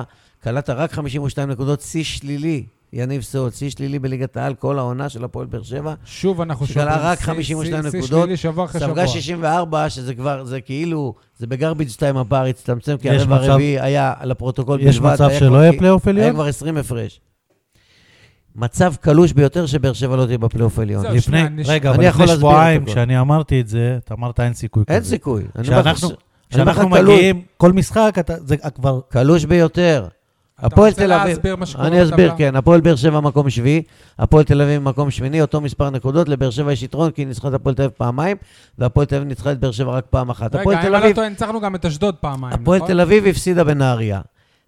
Speaker 3: קלעת רק 52 נקודות, שיא שלילי, יניב סוד, שיא שלילי בליגת העל, כל העונה של הפועל באר שבע.
Speaker 1: שוב אנחנו
Speaker 3: שגלה
Speaker 1: שוברים
Speaker 3: רק
Speaker 1: שיא-
Speaker 3: 52
Speaker 1: שיא- שיא
Speaker 3: נקודות,
Speaker 1: שלילי שבוע אחרי שבוע.
Speaker 3: ספגה 64, שזה כבר, זה כאילו, זה בגרביג' 2 הפער הצטמצם, כי
Speaker 2: יש
Speaker 3: הרבע
Speaker 2: מצב-
Speaker 3: הרביעי היה לפרוטוקול בלבד.
Speaker 2: יש מצב
Speaker 3: היה כבר-
Speaker 2: שלא יהיה פלייאוף
Speaker 3: היה
Speaker 2: עליון?
Speaker 3: כבר 20 הפרש. מצב קלוש ביותר שבאר שבע לא תהיה בפלייאוף עליון.
Speaker 1: זהו,
Speaker 2: לפני,
Speaker 1: שנייה, נש-
Speaker 2: רגע,
Speaker 3: אני
Speaker 2: אבל
Speaker 3: יכול
Speaker 2: לפני
Speaker 3: להסביר את
Speaker 2: שבועיים,
Speaker 3: הכל.
Speaker 2: כשאני אמרתי את זה, אתה אמרת אין סיכוי כזה.
Speaker 3: אין סיכוי. אני אומר לך
Speaker 2: כשאנחנו-
Speaker 3: ש- אני אומר לך
Speaker 2: כשאנחנו
Speaker 3: קלוש-
Speaker 2: מגיעים, כל משחק, אתה- זה כבר...
Speaker 3: קלוש ביותר. הפועל
Speaker 1: רוצה
Speaker 3: תל אביב,
Speaker 1: להסביר מה שקורה
Speaker 3: אני אסביר,
Speaker 1: בטבלה?
Speaker 3: כן, הפועל באר שבע מקום שביעי, הפועל תל אביב מקום שמיני, אותו מספר נקודות, לבאר שבע יש יתרון כי היא ניצחה את הפועל תל אביב פעמיים, והפועל תל אביב ניצחה את באר שבע רק פעם אחת. הפועל
Speaker 1: רגע, אם
Speaker 3: תל
Speaker 1: אני לא
Speaker 3: אביב,
Speaker 1: טועה, ניצחנו גם את אשדוד פעמיים, נכון?
Speaker 3: הפועל תל אביב הפסידה בנהריה.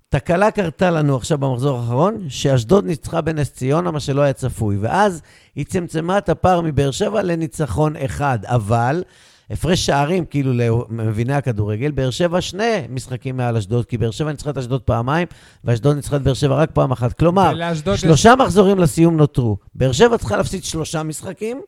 Speaker 3: תקלה קרתה לנו עכשיו במחזור האחרון, שאשדוד ניצחה בנס ציונה, מה שלא היה צפוי. ואז היא צמצמה את הפער מבאר שבע לניצחון אחד. אבל הפרש שערים, כאילו, למביני הכדורגל, באר שבע שני משחקים מעל אשדוד, כי באר שבע ניצחה את אשדוד פעמיים, ואשדוד ניצחה את באר שבע רק פעם אחת. כלומר,
Speaker 1: ולאשדוד יש-
Speaker 3: שלושה מחזורים לסיום נותרו. באר שבע צריכה להפסיד שלושה משחקים,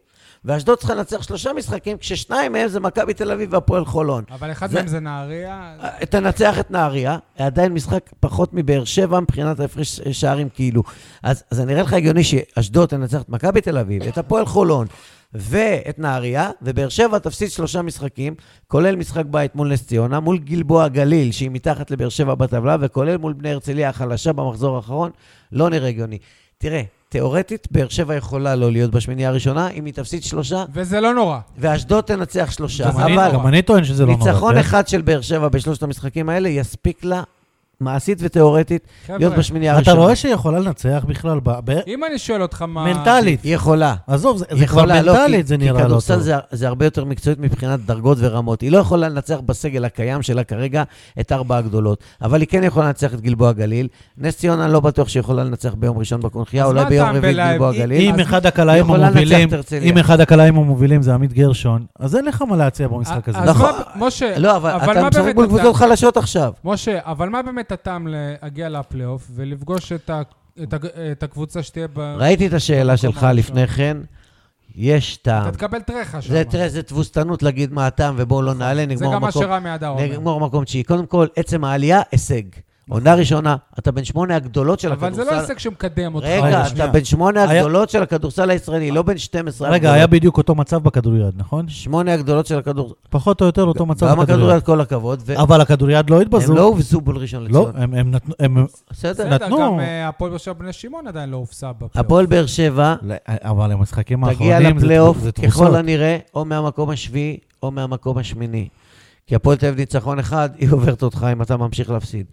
Speaker 3: ואשדוד צריכה לנצח שלושה משחקים, כששניים מהם זה מכבי תל אביב והפועל חולון.
Speaker 1: אבל אחד
Speaker 3: זה-
Speaker 1: מהם זה נהריה,
Speaker 3: תנצח את נהריה, עדיין משחק פחות מבאר שבע מבחינת ההפרש שערים כאילו. אז אז זה נראה לך הגיוני שאשדוד תנצח את מכבי תל אביב, את הפועל חולון ואת נהריה, ובאר שבע תפסיד שלושה משחקים, כולל משחק בית מול נס ציונה, מול גלבוע גליל, שהיא מתחת לבאר שבע בטבלה, וכולל מול בני הרצליה החלשה במחזור האחרון, לא נראה הגיוני. תראה, תיאורטית, באר שבע יכולה לא להיות בשמינייה הראשונה, אם היא תפסיד שלושה,
Speaker 1: וזה לא נורא.
Speaker 3: ואשדוד תנצח שלושה.
Speaker 2: גם אני-
Speaker 3: אבל...
Speaker 2: גם אני טוען שזה לא נורא.
Speaker 3: ניצחון
Speaker 2: כן?
Speaker 3: אחד של באר שבע בשלושת המשחקים האלה יספיק לה, מעשית ותיאורטית,
Speaker 1: חבר'ה,
Speaker 3: להיות בשמינייה
Speaker 2: אתה
Speaker 3: הראשונה.
Speaker 2: רואה שהיא יכולה לנצח בכלל, ב- ב-
Speaker 1: אם אני שואל אותך מה...
Speaker 2: מנטלית.
Speaker 3: היא יכולה.
Speaker 2: עזוב, זה זה
Speaker 3: היא
Speaker 2: כבר
Speaker 3: יכולה, לא, כי-
Speaker 2: מנטלית, זה נראה
Speaker 3: כי
Speaker 2: לא טוב.
Speaker 3: כדורסל זה- זה הרבה יותר מקצועית מבחינת דרגות ורמות. היא לא יכולה לנצח בסגל הקיים שלה כרגע את ארבע הגדולות, אבל היא כן יכולה לנצח את גלבוע גליל. נס ציונה, אני לא בטוח שהיא יכולה לנצח ביום ראשון בקונחייה,
Speaker 1: אז
Speaker 3: אולי
Speaker 1: מה
Speaker 3: ביום
Speaker 1: הטעם
Speaker 3: רביעי
Speaker 1: בלה-
Speaker 3: את גלבוע
Speaker 1: היא-
Speaker 3: גליל.
Speaker 2: אם
Speaker 1: אז
Speaker 2: אחד הקלעים
Speaker 3: יכולה לנצח את
Speaker 2: המובילים,
Speaker 3: הרצליה.
Speaker 2: אם אחד הקלעים המובילים זה עמית גרשון, אז אין לך מה להציע במשחק הזה.
Speaker 1: אה, אז
Speaker 3: נכון.
Speaker 1: מה, משה,
Speaker 3: לא, אבל
Speaker 1: מה
Speaker 3: אתה משחק
Speaker 1: באמת
Speaker 3: מול
Speaker 1: הטעם?
Speaker 3: קבוצות חלשות עכשיו.
Speaker 1: משה, אבל מה באמת הטעם להגיע לפלייאוף ולפגוש את, ה, את, ה, את הקבוצה שתהיה ב...
Speaker 3: ראיתי את השאלה שלך
Speaker 1: הראשון.
Speaker 3: לפני כן, יש
Speaker 1: אתה
Speaker 3: טעם.
Speaker 1: תקבל טרחה שם. נכון.
Speaker 3: זה, תראה, זה תבוסתנות להגיד מה הטעם ובואו לא נעלה,
Speaker 1: זה
Speaker 3: נגמור
Speaker 1: גם מה
Speaker 3: מקום.
Speaker 1: שרמי אדר אומר. נכון.
Speaker 3: נגמור מקום תשיעי. קודם כל, עצם העלייה, הישג. עונה ראשונה, אתה בן שמונה הגדולות של
Speaker 1: אבל
Speaker 3: הכדורסל.
Speaker 1: זה לא הישג שמקדם אותך.
Speaker 3: רגע, אתה
Speaker 1: שנייה.
Speaker 3: בן שמונה
Speaker 2: היה-
Speaker 3: הגדולות של הכדורסל הישראלי, לא בן 12
Speaker 2: רגע,
Speaker 3: הגדולות.
Speaker 2: היה בדיוק אותו מצב בכדוריד, נכון?
Speaker 3: שמונה הגדולות של הכדורסל.
Speaker 2: פחות או יותר אותו מצב
Speaker 3: גם
Speaker 2: בכדוריד.
Speaker 3: הכדוריד, כל הכבוד. ו-
Speaker 2: אבל הכדוריד לא
Speaker 3: הם
Speaker 2: התבזו.
Speaker 3: לא הובסו מול ראשון
Speaker 2: לא,
Speaker 3: לציון.
Speaker 2: הם- הם נתנו... הם-
Speaker 3: בסדר.
Speaker 1: בסדר,
Speaker 2: נתנו.
Speaker 1: גם אה, הפועל באר שבע בני שמעון עדיין לא הופסה בפלייאוף.
Speaker 3: הפועל באר שבע
Speaker 2: אבל המשחקים
Speaker 3: תגיע
Speaker 2: האחרונים נכון, זה
Speaker 3: לפלייאוף
Speaker 2: זה תבוסות.
Speaker 3: ככל הנראה, או מהמקום השביעי, או מהמקום השמיני. כי הפועל תל אביב ניצחון אחד, היא עוברת אותך אם אתה ממשיך להפסיד.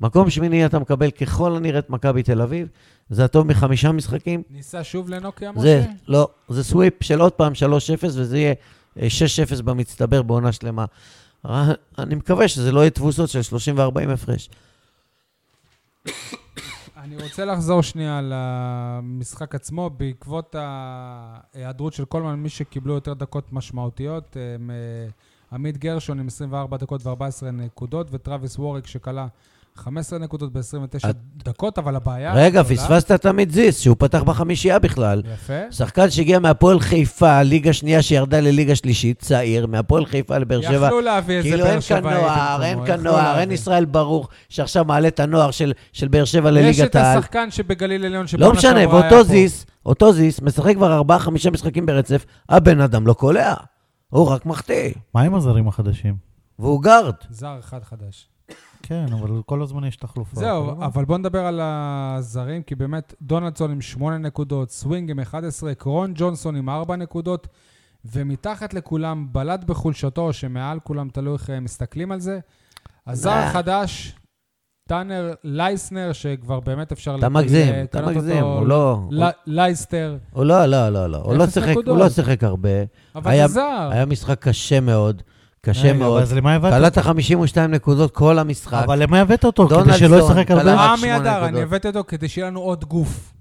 Speaker 3: מקום שמיני אתה מקבל ככל הנראה את מכבי תל אביב, זה הטוב מחמישה משחקים,
Speaker 1: ניסה שוב לנוקיה,
Speaker 3: זה,
Speaker 1: משה?
Speaker 3: לא, זה סוויפ של עוד פעם 3-0, וזה יהיה אה, 6-0 במצטבר בעונה שלמה. אה, אני מקווה שזה לא יהיה תבוסות של 30 ו-40 הפרש.
Speaker 1: אני רוצה לחזור שנייה למשחק עצמו. בעקבות ההיעדרות של כל מי שקיבלו יותר דקות משמעותיות, הם, אה, עמית גרשון עם 24 דקות ו-14 נקודות, וטרוויס ווריק שכלה 15 נקודות ב-29
Speaker 3: את-
Speaker 1: דקות, אבל הבעיה...
Speaker 3: רגע,
Speaker 1: הגדולה-
Speaker 3: פספסת את עמית זיס, שהוא פתח בחמישייה בכלל.
Speaker 1: יפה.
Speaker 3: שחקן שהגיע מהפועל חיפה, ליגה שנייה שירדה לליגה שלישית, צעיר, מהפועל חיפה לבאר שבע.
Speaker 1: יכלו להביא איזה
Speaker 3: כאילו אין
Speaker 1: באר
Speaker 3: כאן
Speaker 1: שבעי
Speaker 3: נוער, אין
Speaker 1: במקומו,
Speaker 3: כאן
Speaker 1: יכלו
Speaker 3: נוער,
Speaker 1: להביא.
Speaker 3: אין ישראל ברוך, שעכשיו מעלה את הנוער של, של באר שבע
Speaker 1: יש את
Speaker 3: לליגת העל.
Speaker 1: השחקן שבגליל עליון שבעונה
Speaker 3: לא משנה,
Speaker 1: שעברה היה
Speaker 3: ואותו
Speaker 1: פה.
Speaker 3: זיס, אותו זיס, משחק כבר ארבעה, חמישה משחקים ברצף, הבן אדם לא קולע, הוא רק מחטיא,
Speaker 2: מה עם הזרים החדשים?
Speaker 3: והוא גארד.
Speaker 1: זר אחד חדש.
Speaker 2: כן, אבל כל הזמן יש אה, תחלופה.
Speaker 1: זהו,
Speaker 2: אבל-
Speaker 1: אבל בוא נדבר על הזרים, כי באמת דונלדסון עם 8 נקודות, סווינג עם 11, קרון ג'ונסון עם 4 נקודות, ומתחת לכולם בלט בחולשתו, שמעל כולם תלוי איך אה, מסתכלים על זה. הזר
Speaker 3: אה.
Speaker 1: החדש, טאנר לייסנר, שכבר באמת אפשר...
Speaker 3: אתה
Speaker 1: ל-
Speaker 3: מגזים,
Speaker 1: לקנות
Speaker 3: אתה
Speaker 1: אותו
Speaker 3: מגזים, הוא לא...
Speaker 1: ל- לייסטר,
Speaker 3: הוא לא, לא, לא, לא, הוא לא
Speaker 1: אפס
Speaker 3: שיחק- הוא
Speaker 1: נקודות. אה.
Speaker 3: לא שיחק הרבה.
Speaker 1: אבל
Speaker 3: היה-
Speaker 1: זה זר.
Speaker 3: היה משחק קשה מאוד, קשה
Speaker 2: רגע,
Speaker 3: מאוד.
Speaker 2: אז למה הבאת?
Speaker 3: קלעת 52 נקודות כל המשחק.
Speaker 2: אבל למה הבאת אותו? כדי
Speaker 3: דונלדסון,
Speaker 2: שלא ישחק
Speaker 3: קלע-
Speaker 2: הרבה?
Speaker 3: רק
Speaker 1: רמי
Speaker 3: שמונה
Speaker 1: אדר, אני
Speaker 3: נקודות.
Speaker 1: הבאתי אותו כדי שיהיה לנו עוד גוף.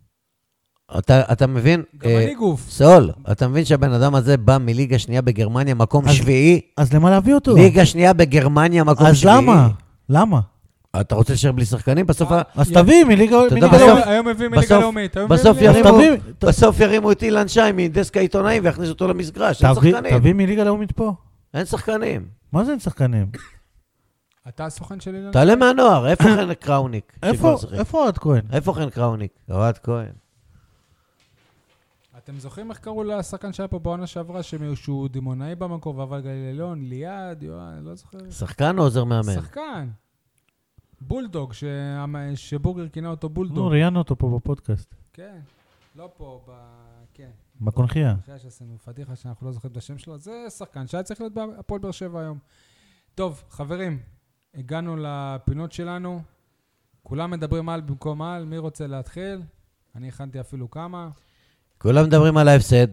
Speaker 3: אתה, אתה מבין?
Speaker 1: גם
Speaker 3: אה,
Speaker 1: אני גוף.
Speaker 3: סול, אתה מבין שהבן אדם הזה בא מליגה שנייה בגרמניה, מקום
Speaker 2: אז-
Speaker 3: שביעי?
Speaker 2: אז למה להביא אותו?
Speaker 3: ליגה שנייה בגרמניה, מקום
Speaker 2: אז
Speaker 3: שביעי.
Speaker 2: למה? למה?
Speaker 3: אתה רוצה להישאר בלי שחקנים? בסוף, ה-
Speaker 2: אז
Speaker 1: יא-
Speaker 2: תביא מליגה...
Speaker 3: אתה יודע,
Speaker 2: מליגה
Speaker 1: היום-
Speaker 3: בסוף-
Speaker 2: לאומית.
Speaker 1: היום מביאים מליגה
Speaker 3: בסוף-
Speaker 1: לאומית. היום
Speaker 3: בסוף
Speaker 1: מביאים מליגה-
Speaker 2: אז
Speaker 3: ירימו-
Speaker 2: תביא- ת-
Speaker 3: בסוף ירימו את אילן שי מדסק העיתונאים ויכניסו אותו למסגרש. אין
Speaker 2: תביא-
Speaker 3: שחקנים.
Speaker 2: תביא מליגה לאומית פה.
Speaker 3: אין שחקנים.
Speaker 2: מה זה אין שחקנים?
Speaker 1: אתה הסוכן של אילן?
Speaker 3: תעלה מהנוער, איפה חן קראוניק?
Speaker 2: איפה
Speaker 3: שכבר שיחק?
Speaker 2: איפה אוהד כהן?
Speaker 3: איפה חן קראוניק? אוהד כהן.
Speaker 1: אתם זוכרים איך קראו לשחקן שהיה פה בעונה שעברה, שמ- שהוא דימונאי במקור, ועבר גליל עליון, ליעד, יואן, אני לא זוכר.
Speaker 3: שחקן או עוזר מאמן?
Speaker 1: שחקן. בולדוג, שה- שבורגר כינה אותו
Speaker 2: נו,
Speaker 1: בולדוג.
Speaker 2: ראיינו אותו פה בפודקאסט.
Speaker 1: כן. לא פה, ב... כן.
Speaker 2: בקונחייה.
Speaker 1: אחרי שעשינו פדיחה שאנחנו לא זוכרים את השם שלו, זה שחקן שהיה צריך להיות בהפועל באר שבע היום. טוב, חברים, הגענו לפינות שלנו. כולם מדברים על במקום על, מי רוצה להתחיל? אני הכנתי אפילו כמה.
Speaker 3: כולם מדברים על ההפסד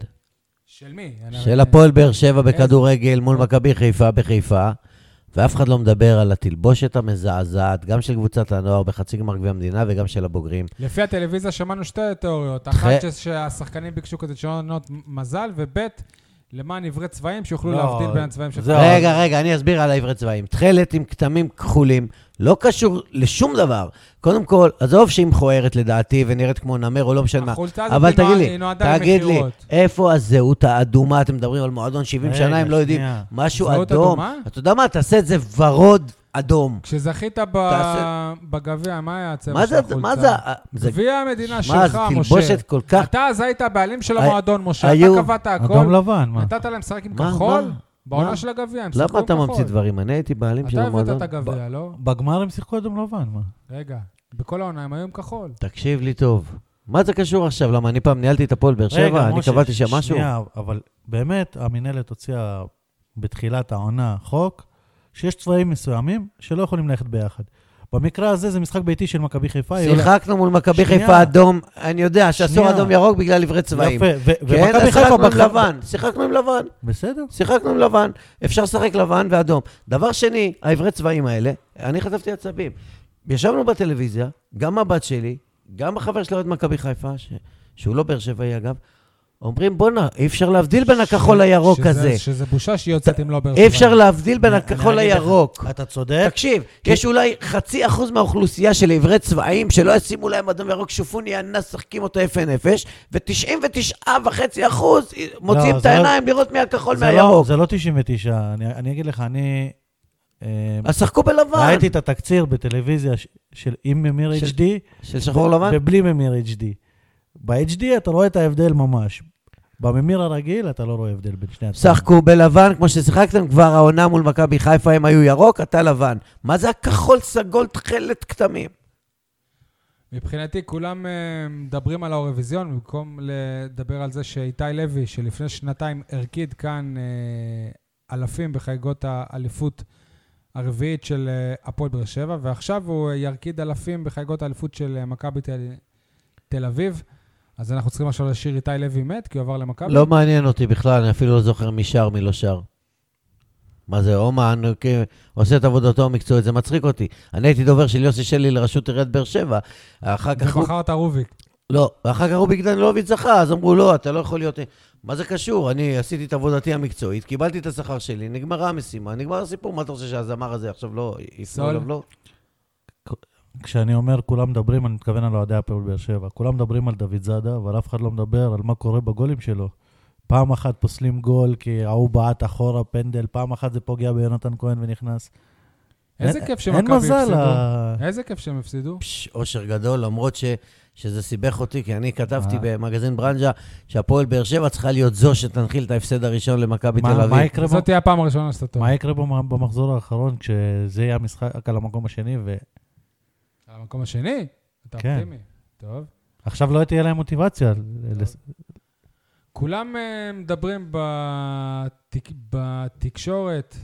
Speaker 1: של מי?
Speaker 3: של הפועל באר שבע בכדורגל מול מכבי חיפה בחיפה, ואף אחד לא מדבר על התלבושת המזעזעת, גם של קבוצת הנוער בחצי גמר גביע המדינה וגם של הבוגרים.
Speaker 1: לפי הטלוויזיה שמענו שתי תיאוריות. אחת ש- שהשחקנים ביקשו כזה שעונות מזל, וב' למען עברי צבעים, שיוכלו
Speaker 2: לא,
Speaker 1: להבדיל בין הצבעים של...
Speaker 2: זהו.
Speaker 1: כל-
Speaker 3: רגע, רגע, אני אסביר על העברי צבעים. תכלת עם כתמים כחולים, לא קשור לשום דבר. קודם כל, עזוב שהיא מכוערת לדעתי ונראית כמו נמר או לא משנה מה.
Speaker 1: החולצה הזאת
Speaker 3: אבל
Speaker 1: היא נוע-
Speaker 3: תגיד
Speaker 1: היא
Speaker 3: לי,
Speaker 1: נועדה
Speaker 3: תגיד לי,
Speaker 1: למכירות.
Speaker 3: איפה הזהות האדומה? אתם מדברים על מועדון 70 שנה, הם לא יודעים. משהו
Speaker 1: זהות
Speaker 3: אדום.
Speaker 1: אדומה?
Speaker 3: אתה יודע מה? תעשה את זה ורוד אדום.
Speaker 1: כשזכית ב-
Speaker 3: תעשה-
Speaker 1: בגביע, מה היה הצבע
Speaker 3: מה
Speaker 1: של
Speaker 3: זה,
Speaker 1: החולצה?
Speaker 3: מה זה, זה
Speaker 1: גביע המדינה
Speaker 3: שמע,
Speaker 1: שלך,
Speaker 3: זה
Speaker 1: משה.
Speaker 3: תלבושת כל כך...
Speaker 1: אתה אז היית הבעלים של
Speaker 3: הי-
Speaker 1: המועדון, משה.
Speaker 3: היו-
Speaker 1: אתה קבעת
Speaker 2: אדום
Speaker 1: הכל.
Speaker 2: לבן, מה?
Speaker 1: נתת להם לשחק עם
Speaker 3: מה,
Speaker 1: כחול?
Speaker 3: מה?
Speaker 1: בעונה
Speaker 3: מה?
Speaker 1: של הגביע, הם שיחקו עם כחול.
Speaker 3: למה אתה ממציא דברים? אני הייתי בעלים של
Speaker 1: אתה הבאת
Speaker 3: המועדון.
Speaker 1: את הגביע, לא?
Speaker 2: בגמר הם שיחקו אדום לבן, מה?
Speaker 1: רגע, בכל העונה הם היו עם כחול.
Speaker 3: תקשיב לי טוב. מה זה קשור עכשיו? למה אני פעם ניהלתי את הפועל באר שבע? אני
Speaker 2: משה,
Speaker 3: קבעתי שם משהו?
Speaker 2: שנייה, אבל באמת, המינהלת הוציאה בתחילת העונה חוק שיש צבעים מסוימים שלא יכולים ללכת ביחד. במקרה הזה זה משחק ביתי של מכבי חיפה. היא הולכת-
Speaker 3: שיחקנו מול מכבי
Speaker 2: שנייה.
Speaker 3: חיפה אדום, אני יודע שאסור
Speaker 2: שנייה.
Speaker 3: אדום ירוק בגלל עברי צבעים.
Speaker 2: יפה, ו-
Speaker 3: כן,
Speaker 2: ומכבי
Speaker 3: אז
Speaker 2: חיפה
Speaker 3: שיחקנו עם
Speaker 2: בחרה-
Speaker 3: לבן, שיחקנו עם לבן,
Speaker 2: בסדר.
Speaker 3: שיחקנו עם לבן. אפשר לשחק לבן ואדום. דבר שני, העברי צבעים האלה, אני חטפתי עצבים. ישבנו בטלוויזיה, גם הבת שלי, גם החבר שלי אוהד מכבי חיפה, ש- שהוא לא באר שבעי אגב, אומרים, בואנה, אי אפשר להבדיל בין הכחול לירוק
Speaker 1: שזה-
Speaker 3: הזה.
Speaker 1: שזה בושה שהיא יוצאת עם לא באר שבע.
Speaker 3: אי אפשר להבדיל בין
Speaker 2: אני- אני
Speaker 3: הכחול
Speaker 2: אגיד לך,
Speaker 3: לירוק.
Speaker 2: אתה צודק.
Speaker 3: תקשיב, יש אולי חצי אחוז מהאוכלוסייה של עיוורי צבעים שלא ישימו להם אדום ירוק, שופוני אנס, שחקים אותו יפה נפש, ו-99.5 אחוז מוציאים
Speaker 2: לא,
Speaker 3: את
Speaker 2: זה לא-
Speaker 3: העיניים לראות מי הכחול
Speaker 2: זה לא-
Speaker 3: מהירוק.
Speaker 2: זה לא 99, אני- אני אגיד לך, אני... אה,
Speaker 3: אז שחקו בלבן.
Speaker 2: ראיתי את התקציר בטלוויזיה ש- של עם ממיר
Speaker 3: של-
Speaker 2: HD
Speaker 3: של שחור לבן?
Speaker 2: ובלי ממיר HD. ב-HD אתה רואה את ההבדל ממש. בממיר הרגיל אתה לא רואה הבדל בין שני הצדדים.
Speaker 3: שחקו בלבן, כמו ששיחקתם כבר העונה מול מכבי חיפה, הם היו ירוק, אתה לבן. מה זה הכחול, סגול, תכלת, כתמים?
Speaker 1: מבחינתי, כולם אה, מדברים על האירוויזיון, במקום לדבר על זה שאיתי לוי, שלפני שנתיים הרקיד כאן אה, אלפים בחגיגות האליפות הרביעית של אה, הפועל באר שבע, ועכשיו הוא ירקיד אלפים בחגיגות האליפות של אה, מכבי תל- תל אביב. אז אנחנו צריכים עכשיו לשיר איתי לוי מת, כי הוא עבר למכבי.
Speaker 3: לא מעניין אותי בכלל, אני אפילו לא זוכר מי שר, מי לא שר. מה זה, אומן, אוקיי, עושה את עבודתו המקצועית, זה מצחיק אותי. אני הייתי דובר של יוסי שלי לראשות עיריית באר שבע, אחר כך הוא...
Speaker 1: ובחרת רוביק.
Speaker 3: לא, ואחר כך רוביק דנילוביץ' זכה, אז אמרו, לא, אתה לא יכול להיות... מה זה קשור? אני עשיתי את עבודתי המקצועית, קיבלתי את השכר שלי, נגמרה המשימה, נגמר הסיפור, מה אתה רוצה שהזמר הזה עכשיו לא... יפנו
Speaker 1: סול.
Speaker 3: אליו לא?
Speaker 2: כשאני אומר כולם מדברים, אני מתכוון על אוהדי הפועל באר שבע. כולם מדברים על דוד זאדה, אבל אף אחד לא מדבר על מה קורה בגולים שלו. פעם אחת פוסלים גול כי ההוא בעט אחורה פנדל, פעם אחת זה פוגע ביונתן כהן ונכנס.
Speaker 1: איזה
Speaker 2: אין-
Speaker 1: כיף שמכבי
Speaker 2: אין מזל. אה,
Speaker 1: הפסידו.
Speaker 3: אה.
Speaker 2: ה-
Speaker 1: איזה כיף שהם הפסידו.
Speaker 3: פש, אושר גדול, למרות ש, שזה סיבך אותי, כי אני כתבתי
Speaker 2: אה.
Speaker 3: במגזין ברנז'ה שהפועל באר שבע צריכה להיות זו שתנחיל את ההפסד הראשון למכבי תל
Speaker 2: מה- מה
Speaker 3: אביב.
Speaker 2: יקרה
Speaker 1: זאת תהיה הפעם הראשונה שאתה טועה.
Speaker 2: מה יקרה במ- במחזור האחרון כשזה יהיה המשחק על המקום השני,
Speaker 1: על המקום השני? אתה
Speaker 2: כן.
Speaker 1: אופטימי. טוב.
Speaker 2: ועכשיו לא תהיה להם מוטיבציה. לס-
Speaker 1: כולם אה, מדברים בתק... בתקשורת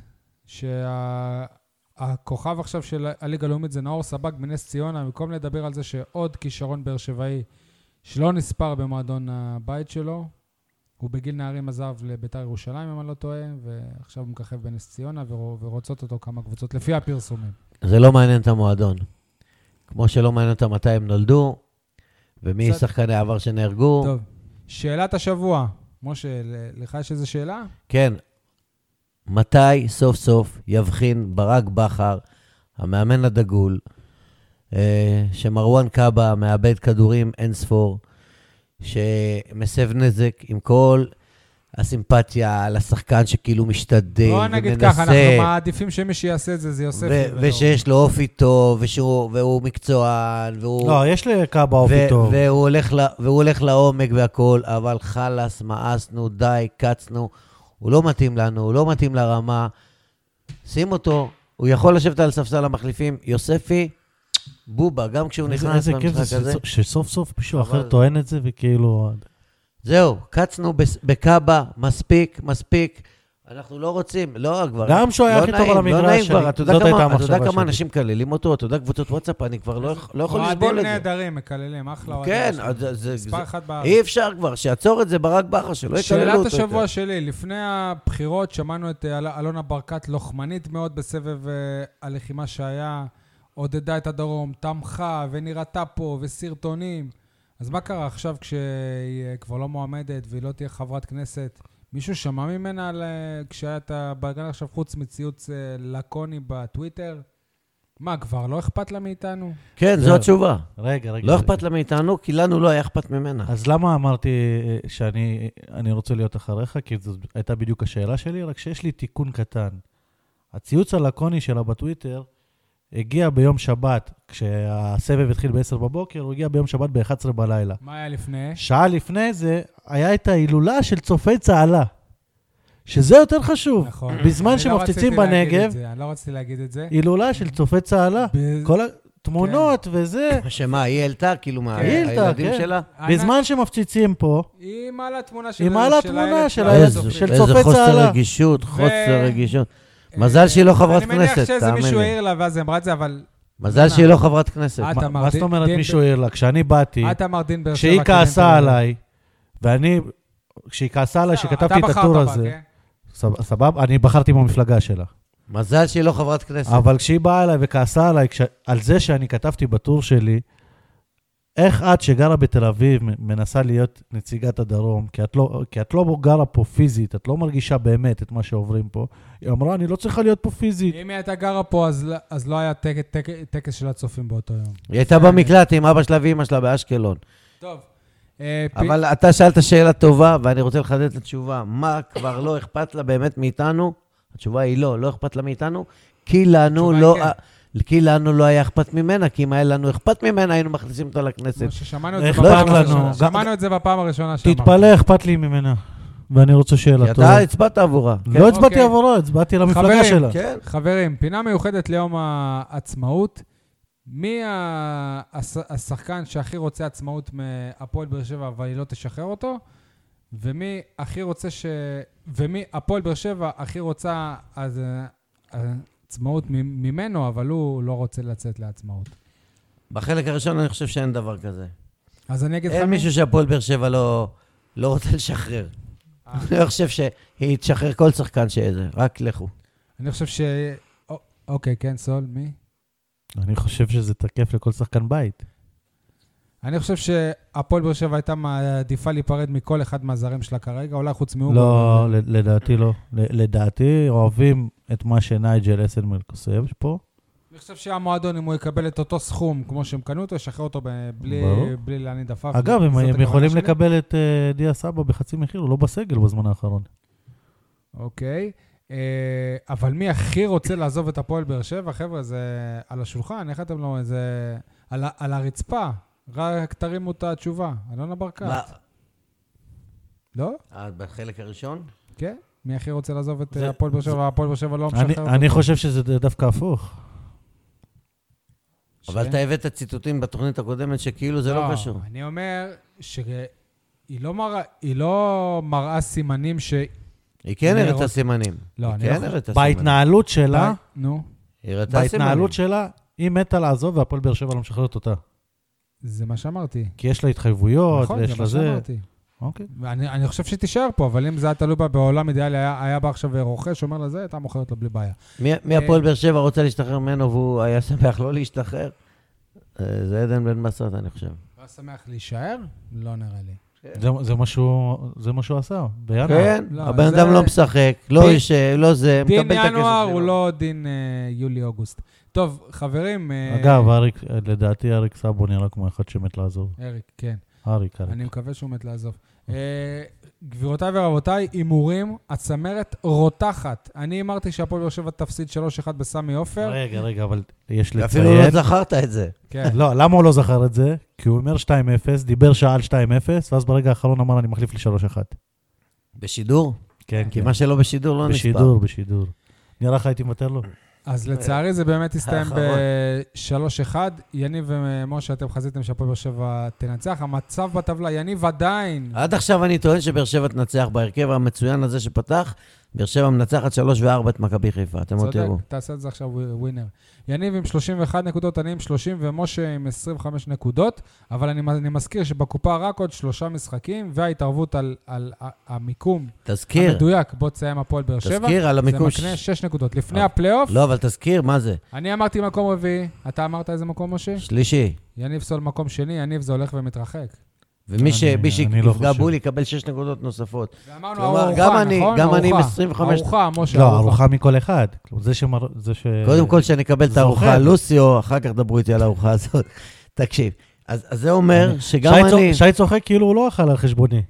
Speaker 1: שהכוכב עכשיו של הליגה הלאומית זה נאור סבג מנס ציונה, במקום לדבר על זה שעוד כישרון באר שבעי שלא נספר במועדון הבית שלו. הוא בגיל נערים עזב לביתר ירושלים, אם אני לא טועה, ועכשיו הוא מככב בנס ציונה ורו- ורוצות אותו כמה קבוצות, לפי הפרסומים.
Speaker 3: זה לא מעניין את המועדון. כמו שלא מעניין אותם מתי הם נולדו, ומי
Speaker 1: בסדר.
Speaker 3: שחקני העבר שנהרגו.
Speaker 1: טוב, שאלת השבוע. משה, ל- לך יש איזו שאלה?
Speaker 3: כן, מתי סוף סוף יבחין ברק בכר, המאמן הדגול, אה, שמרואן קאבה מאבד כדורים אין ספור, שמסב נזק עם כל הסימפתיה לשחקן שכאילו משתדל ומנסה.
Speaker 1: בוא נגיד ככה, אנחנו מעדיפים שמי שיעשה את זה, זה יוסף.
Speaker 3: ו-
Speaker 1: ולא.
Speaker 3: ושיש לו אופי טוב, ושהוא, והוא מקצוען, והוא...
Speaker 2: לא, יש לקאבה אופי
Speaker 3: ו-
Speaker 2: טוב.
Speaker 3: והוא הולך, ל- והוא הולך לעומק והכול, אבל חלאס, מאסנו, די, קצנו. הוא לא מתאים לנו, הוא לא מתאים לרמה. שים אותו, הוא יכול לשבת על ספסל המחליפים. יוספי, בובה, גם כשהוא
Speaker 2: איזה-
Speaker 3: נכנס
Speaker 2: איזה כיף
Speaker 3: במשחק הזה.
Speaker 2: זה שסוף- שסוף סוף מישהו
Speaker 3: אבל-
Speaker 2: אחר טוען את זה, וכאילו...
Speaker 3: זהו, קצנו בס- בקאבה, מספיק, מספיק. אנחנו לא רוצים, לא כבר.
Speaker 2: גם שהוא היה
Speaker 3: לא
Speaker 2: הכי טוב
Speaker 3: נעים,
Speaker 2: על המגרש,
Speaker 3: לא נעים כבר,
Speaker 2: אני-
Speaker 3: אתה יודע
Speaker 2: זאת
Speaker 3: כמה-
Speaker 2: הייתה
Speaker 3: אתה יודע
Speaker 2: המחשבה
Speaker 3: כמה
Speaker 2: שלי.
Speaker 3: אנשים מקללים אותו, אתה יודע קבוצות וואטסאפ, אני כבר לא יכ- לא יכול לסבול
Speaker 1: אוהדים
Speaker 3: את זה.
Speaker 1: נהדרים, לא, מקללים, אחלה אוהדים.
Speaker 3: כן,
Speaker 1: יש לנו.
Speaker 3: אז זה- זה...
Speaker 1: מספר
Speaker 3: זה-
Speaker 1: אחת בארץ.
Speaker 3: אי אפשר כבר, שיעצור את זה ברק בכר,
Speaker 2: לא
Speaker 3: שלא יקללו
Speaker 1: שאלת
Speaker 3: אותו. יותר.
Speaker 1: השבוע שלי, לפני הבחירות שמענו את אה, אל- אלונה ברקת לוחמנית מאוד בסבב אה, הלחימה שהיה, עודדה את הדרום, תמכה ונראתה פה וסרטונים. אז מה קרה עכשיו כשהיא אה, כבר לא מועמדת והיא לא תהיה חברת כנסת? מישהו שמע ממנה על... אה, כשהיה את הבלגן עכשיו חוץ מציוץ אה, לקוני בטוויטר? מה, כבר לא אכפת לה מאיתנו?
Speaker 3: כן, זו
Speaker 2: זהו.
Speaker 3: התשובה.
Speaker 2: רגע, רגע.
Speaker 3: לא
Speaker 2: רגע.
Speaker 3: אכפת לה מאיתנו, כי לנו לא היה אכפת ממנה.
Speaker 2: אז למה אמרתי אה, שאני אני רוצה להיות אחריך? כי זאת הייתה בדיוק השאלה שלי, רק שיש לי תיקון קטן. הציוץ הלקוני שלה בטוויטר הגיע ביום שבת, כשהסבב התחיל ב-10 בבוקר, הוא הגיע ביום שבת ב-11 בלילה.
Speaker 1: מה היה לפני?
Speaker 2: שעה לפני זה, היה את ההילולה של צופי צהלה, שזה יותר חשוב.
Speaker 1: נכון.
Speaker 2: בזמן
Speaker 1: אני לא
Speaker 2: שמפציצים
Speaker 1: רציתי להגיד
Speaker 2: בנגב,
Speaker 1: את זה, אני לא רציתי להגיד את זה.
Speaker 2: הילולה של צופי צהלה,
Speaker 1: ב- כן.
Speaker 2: כל התמונות וזה,
Speaker 3: שמה, היא העלתה, כאילו, מה,
Speaker 1: היא
Speaker 2: העלתה,
Speaker 3: הילדים
Speaker 2: כן.
Speaker 3: שלה?
Speaker 2: בזמן שמפציצים פה,
Speaker 1: היא מעלה תמונה של
Speaker 2: היא מעלה
Speaker 1: של
Speaker 2: תמונה
Speaker 1: הילד
Speaker 2: של
Speaker 1: שלה,
Speaker 2: הילד
Speaker 1: צופית.
Speaker 2: של
Speaker 3: איזה
Speaker 2: צופי
Speaker 3: חוסר
Speaker 2: צהלה.
Speaker 3: רגישות, חוסר
Speaker 1: ו- אה,
Speaker 3: רגישות. מזל שהיא לא חברת
Speaker 1: אני מניח
Speaker 3: כנסת,
Speaker 1: שאיזה
Speaker 3: תאמין
Speaker 1: מישהו
Speaker 3: לי.
Speaker 1: העיר אה. לה ואז היא אמרה את זה, אבל
Speaker 3: מזל שהיא לא חברת כנסת.
Speaker 1: את
Speaker 2: מה-
Speaker 1: אמרת,
Speaker 2: מה זאת
Speaker 1: דין-
Speaker 2: אומרת
Speaker 1: דין-
Speaker 2: מישהו העיר לה? כשאני באתי,
Speaker 1: את אמרת דין באר שבע.
Speaker 2: כשהיא
Speaker 1: כן,
Speaker 2: כעסה
Speaker 1: כן.
Speaker 2: עליי, ואני, כשהיא כעסה עליי, שכתבתי את הטור
Speaker 1: אתה בחרת בה,
Speaker 2: הזה,
Speaker 1: כן?
Speaker 2: סב- סבבה? אני בחרתי במפלגה שלה.
Speaker 3: מזל שהיא לא חברת כנסת.
Speaker 2: אבל כשהיא באה אליי וכעסה עליי כש... על זה שאני כתבתי בטור שלי, איך את שגרה בתל אביב מ- מנסה להיות נציגת הדרום, כי את, לא, כי את לא גרה פה פיזית, את לא מרגישה באמת את מה שעוברים פה. היא אמרה, אני לא צריכה להיות פה פיזית.
Speaker 1: אם היא הייתה גרה פה, אז לא- אז לא היה טק- טק- טקס של הצופים באותו יום.
Speaker 3: היא הייתה במקלט עם אבא שלה ואימא שלה באשקלון.
Speaker 1: טוב. אה, פ-
Speaker 3: אבל אתה שאלת שאלה טובה, ואני רוצה לחדד את התשובה. מה כבר לא אכפת לה באמת מאיתנו? התשובה היא לא, לא אכפת לה מאיתנו, כי לנו
Speaker 1: התשובה
Speaker 3: לא...
Speaker 1: היא
Speaker 3: כי לנו לא היה אכפת ממנה, כי אם היה לנו אכפת ממנה, היינו מכניסים אותה לכנסת.
Speaker 1: כמו ששמענו את זה
Speaker 2: איך
Speaker 1: בפעם
Speaker 3: לא אכפת
Speaker 1: הראשונה.
Speaker 2: לנו?
Speaker 1: שמענו את זה בפעם הראשונה שאמרת.
Speaker 2: תתפלא, אכפת לי ממנה. ואני רוצה
Speaker 3: כי
Speaker 2: שאלה טובה.
Speaker 3: אתה הצבעת עבורה.
Speaker 1: כן,
Speaker 2: לא הצבעתי
Speaker 1: אוקיי.
Speaker 2: עבורו, הצבעתי למפלגה
Speaker 1: חברים,
Speaker 2: שלה.
Speaker 3: כן.
Speaker 1: חברים, פינה מיוחדת ליום העצמאות. מי ה- הש- השחקן שהכי רוצה עצמאות מהפועל באר שבע, אבל היא לא תשחרר אותו? ומי הכי רוצה ש... ומי הפועל באר שבע הכי רוצה אז, אה, עצמאות מ- ממנו, אבל הוא לא רוצה לצאת לעצמאות.
Speaker 3: בחלק הראשון אני חושב שאין דבר כזה.
Speaker 1: אז אני אגיד לך
Speaker 3: אין
Speaker 1: מי-
Speaker 3: מישהו שהפועל באר שבע לא, לא רוצה לשחרר.
Speaker 1: אה.
Speaker 3: אני חושב שהיא תשחרר כל שחקן שזה, רק לכו.
Speaker 1: אני חושב ש... או- אוקיי, כן, סול, מי?
Speaker 2: אני חושב שזה תקף לכל שחקן בית.
Speaker 1: אני חושב שהפועל באר שבע הייתה מעדיפה להיפרד מכל אחד מהזרים שלה כרגע, אולי חוץ מאוגו.
Speaker 2: לא, ל- לדעתי לא. ל- לדעתי אוהבים את מה שנייג'ל אסנמל כוסב פה.
Speaker 1: אני חושב שהמועדון, אם הוא יקבל את אותו סכום כמו שהם קנו אותו, ישחרר אותו ב- בלי,
Speaker 2: ברור.
Speaker 1: בלי להניד עפעף.
Speaker 2: אגב, הם
Speaker 1: אוקיי, זאת
Speaker 2: הם
Speaker 1: הכוונה
Speaker 2: יכולים
Speaker 1: שלי.
Speaker 2: לקבל את אה, דיה סבא בחצי מחיר, הוא לא בסגל בזמן האחרון.
Speaker 1: אוקיי. אה, אבל מי הכי רוצה לעזוב את הפועל באר שבע? חבר'ה, זה על השולחן, איך אתם לא... זה על, ה- על הרצפה. רק תרימו את התשובה. אלונה ברקת.
Speaker 3: מה,
Speaker 1: לא?
Speaker 3: אה, בחלק הראשון?
Speaker 1: כן? מי הכי רוצה לעזוב את
Speaker 3: זה-
Speaker 1: אה, הפועל באר שבע? הפועל באר שבע לא
Speaker 2: אני-
Speaker 1: משחרר
Speaker 2: אני חושב שזה דווקא הפוך.
Speaker 1: ש-
Speaker 3: אבל אתה הבאת ציטוטים בתוכנית הקודמת שכאילו זה לא קשור.
Speaker 1: כן? אני אומר שהיא לא, מרא... היא לא מראה סימנים ש...
Speaker 3: היא כן
Speaker 1: אני
Speaker 3: הראתה
Speaker 1: רוצה-
Speaker 3: סימנים.
Speaker 1: לא, אני
Speaker 3: היא
Speaker 1: לא
Speaker 3: כן
Speaker 1: חושב-
Speaker 3: הראתה סימנים.
Speaker 2: בהתנהלות שלה,
Speaker 1: נו.
Speaker 3: היא הראתה סימנים.
Speaker 2: בהתנהלות שלה, היא מתה לעזוב והפועל באר שבע לא משחררת אותה.
Speaker 1: זה מה שאמרתי.
Speaker 2: כי יש לה התחייבויות,
Speaker 1: נכון, זה
Speaker 2: ויש לה
Speaker 1: מה
Speaker 2: זה.
Speaker 1: שאמרתי.
Speaker 2: אוקיי.
Speaker 1: אני, אני חושב שהיא תישאר פה, אבל אם זה היה תלוי בה בעולם אידיאלי, היה, היה בא עכשיו רוכש, אומר לזה, הייתה מוכרת לו בלי בעיה.
Speaker 3: מי-
Speaker 1: אה,
Speaker 3: מי הפועל באר שבע רוצה להשתחרר ממנו והוא היה שמח לא להשתחרר? אה, זה עדן בן מסות, אני חושב.
Speaker 1: לא שמח להישאר? לא נראה לי.
Speaker 2: זה- זה מה שהוא- זה מה שהוא עשה, בינואר.
Speaker 3: כן,
Speaker 1: לא,
Speaker 3: הבן
Speaker 1: זה-
Speaker 3: אדם לא משחק, לא
Speaker 1: דין-
Speaker 3: יושב, לא זה, מקבל את
Speaker 1: דין
Speaker 3: הכסף שלו.
Speaker 1: ינואר הוא לא דין אה, יולי-אוגוסט. טוב, חברים... אה,
Speaker 2: אגב, אריק, לדעתי אריק סאבו נראה כמו אחד שמת לעזוב.
Speaker 1: אריק, כן.
Speaker 2: אריק, אריק.
Speaker 1: אני מקווה שהוא מת לעזוב. אה, גבירותיי ורבותיי, הימורים, הצמרת רותחת. אני אמרתי שהפועל באר שבע תפסיד 3-1 בסמי עופר.
Speaker 2: רגע, רגע, אבל יש
Speaker 3: אפילו לא
Speaker 2: לציין...
Speaker 3: זכרת את זה.
Speaker 1: כן.
Speaker 2: לא, למה הוא לא זכר את זה? כי הוא אומר 2-0, דיבר שעה על 2-0, ואז ברגע האחרון אמר, אני מחליף ל-3-1.
Speaker 3: בשידור?
Speaker 2: כן,
Speaker 3: כי מה שלא בשידור לא נספר.
Speaker 2: בשידור, בשידור. נראה לך הייתי מוותר לו?
Speaker 1: אז לצערי זה באמת הסתיים
Speaker 3: אה, האחרון.
Speaker 1: ב-3-1. יניב ומשה, אתם חזיתם שהפועל באר שבע תנצח. המצב בטבלה, יניב עדיין.
Speaker 3: אה, עד עכשיו אני טוען שבאר שבע תנצח בהרכב המצוין הזה שפתח, באר שבע מנצחת 3 ו-4 את מכבי חיפה, אתם עוד
Speaker 1: צודק,
Speaker 3: תראו.
Speaker 1: תעשה את זה עכשיו ו- ווינר. יניב עם 31 נקודות, אני עם 30 ומשה עם 25 נקודות, אבל אני, אני מזכיר שבקופה רק עוד שלושה משחקים, וההתערבות על, על, ה- המיקום
Speaker 3: תזכיר,
Speaker 1: המדויק בו תסיים הפועל באר שבע.
Speaker 3: תזכיר על המיקום.
Speaker 1: זה מקנה
Speaker 3: ש-
Speaker 1: 6 נקודות. לפני
Speaker 3: אה.
Speaker 1: הפלייאוף,
Speaker 3: לא, אבל תזכיר, מה זה?
Speaker 1: אני אמרתי מקום רביעי, אתה אמרת איזה מקום, משה?
Speaker 3: שלישי.
Speaker 1: יניב סול מקום שני, יניב זה הולך ומתרחק.
Speaker 3: ומי ש-
Speaker 2: אני-
Speaker 3: מי
Speaker 2: אני לא
Speaker 3: שיפגע
Speaker 2: חושב.
Speaker 3: בול יקבל 6 נקודות נוספות.
Speaker 1: ואמרנו
Speaker 3: כלומר,
Speaker 1: ארוחה,
Speaker 3: גם אני-
Speaker 1: נכון?
Speaker 3: גם אני עם
Speaker 1: ארוחה.
Speaker 3: 25
Speaker 1: ארוחה, משה,
Speaker 2: לא, ארוחה מכל אחד. כלומר, זה שמר... זה ש...
Speaker 3: קודם כל, שנקבל את
Speaker 2: כן. זוכר.
Speaker 3: הארוחה לוסיו, אחר כך דברו איתי על הארוחה הזאת. תקשיב, אז אז זה אומר שגם
Speaker 2: שי צוח-
Speaker 3: אני...
Speaker 2: שי צוחק כאילו הוא לא אכל על חשבוני.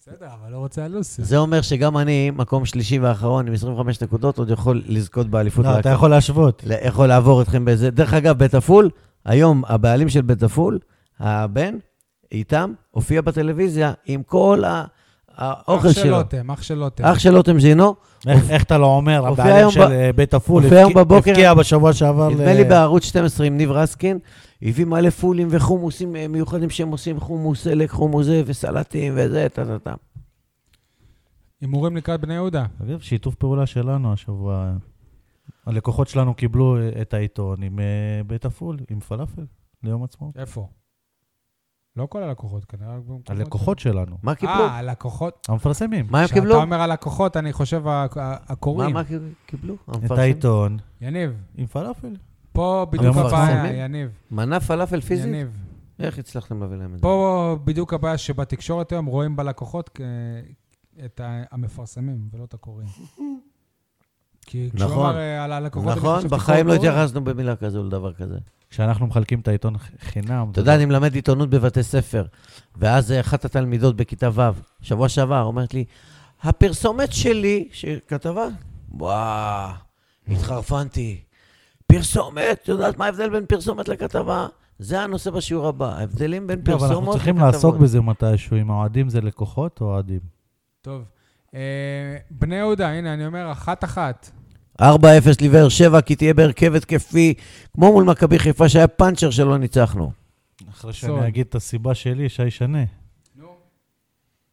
Speaker 1: בסדר, אבל לא רוצה על לוסי.
Speaker 3: זה אומר שגם אני, מקום שלישי ואחרון עם 25 נקודות, עוד יכול לזכות באליפות.
Speaker 2: לא,
Speaker 3: רק-
Speaker 2: אתה יכול להשוות.
Speaker 3: ל- יכול לעבור אתכם בזה. דרך אגב, בית עפול, היום הבעלים של בית עפול, הבן, איתם, הופיע בטלוויזיה עם כל ה- האוכל
Speaker 1: אח של
Speaker 3: שלו.
Speaker 1: לוטם, אח של לוטם.
Speaker 3: אח של לוטם זינו,
Speaker 2: איך- איך אתה לא אומר,
Speaker 3: הופיע
Speaker 2: הבעלים
Speaker 3: היום
Speaker 2: של
Speaker 3: ב-
Speaker 2: אה, בית עפול
Speaker 3: הופיע היום
Speaker 2: הבקיע-
Speaker 3: בבוקר-
Speaker 2: הבקיע בשבוע שעבר אה,
Speaker 3: נדמה לי
Speaker 2: ל-
Speaker 3: בערוץ 12 עם ניב רסקין, הביא מלא פולים וחומוסים אה, מיוחדים שהם עושים, חומוס סלק, חומוס זה וסלטים וזה, טה טה טה.
Speaker 1: הימורים לקראת בני יהודה.
Speaker 2: אביב, שיתוף פעולה שלנו השבוע. הלקוחות שלנו קיבלו אה, את העיתון עם אה, בית עפול, עם פלאפל, ליום עצמאות.
Speaker 1: איפה? לא כל הלקוחות, כנראה רק במקומות...
Speaker 2: הלקוחות שלנו,
Speaker 3: מה קיבלו?
Speaker 1: אה, הלקוחות.
Speaker 2: המפרסמים.
Speaker 3: מה הם
Speaker 1: כשאתה
Speaker 3: קיבלו?
Speaker 1: אומר הלקוחות, אני חושב ה- ה-
Speaker 3: מה
Speaker 1: הקוראים.
Speaker 3: מה קיבלו?
Speaker 2: את
Speaker 3: המפרסם?
Speaker 2: העיתון
Speaker 1: יניב,
Speaker 2: עם פלאפל.
Speaker 1: פה בדיוק
Speaker 2: גם
Speaker 1: הבעיה,
Speaker 3: מפרסמים?
Speaker 1: יניב.
Speaker 3: מנה פלאפל פיזית?
Speaker 1: יניב.
Speaker 3: איך הצלחתם להביא להם את זה?
Speaker 1: פה בדיוק הבעיה שבתקשורת היום רואים בלקוחות כ- את ה- המפרסמים ולא את הקוראים. כי כשהוא
Speaker 3: נכון.
Speaker 1: אמר אה, על הלקוחות... אני
Speaker 3: נכון,
Speaker 1: חשבתי
Speaker 3: בחיים
Speaker 1: כל
Speaker 3: לא
Speaker 1: הקוראים.
Speaker 3: התייחסנו במילה כזו לדבר כזה.
Speaker 2: כשאנחנו מחלקים את העיתון ח- חינם.
Speaker 3: אתה יודע, אני מלמד עיתונות בבתי ספר, ואז אה, אחת התלמידות בכיתה ו', שבוע שעבר, אומרת לי, הפרסומת שלי, שכתבה, וואו, התחרפנתי. פרסומת, את יודעת מה ההבדל בין פרסומת לכתבה? זה הנושא בשיעור הבא, ההבדלים בין
Speaker 2: לא, אבל
Speaker 3: פרסומות
Speaker 2: אנחנו צריכים לעסוק בזה מתישהו, אם האוהדים זה לקוחות או אוהדים.
Speaker 1: טוב. אה, בני יהודה, הנה, אני אומר, אחת-אחת.
Speaker 3: 4-0 לבאר שבע, כי תהיה בהרכב התקפי, כמו מול מכבי חיפה, שהיה פאנצ'ר שלא ניצחנו.
Speaker 1: סול.
Speaker 2: אחרי שאני אגיד את הסיבה שלי, שי שנה.
Speaker 1: נו.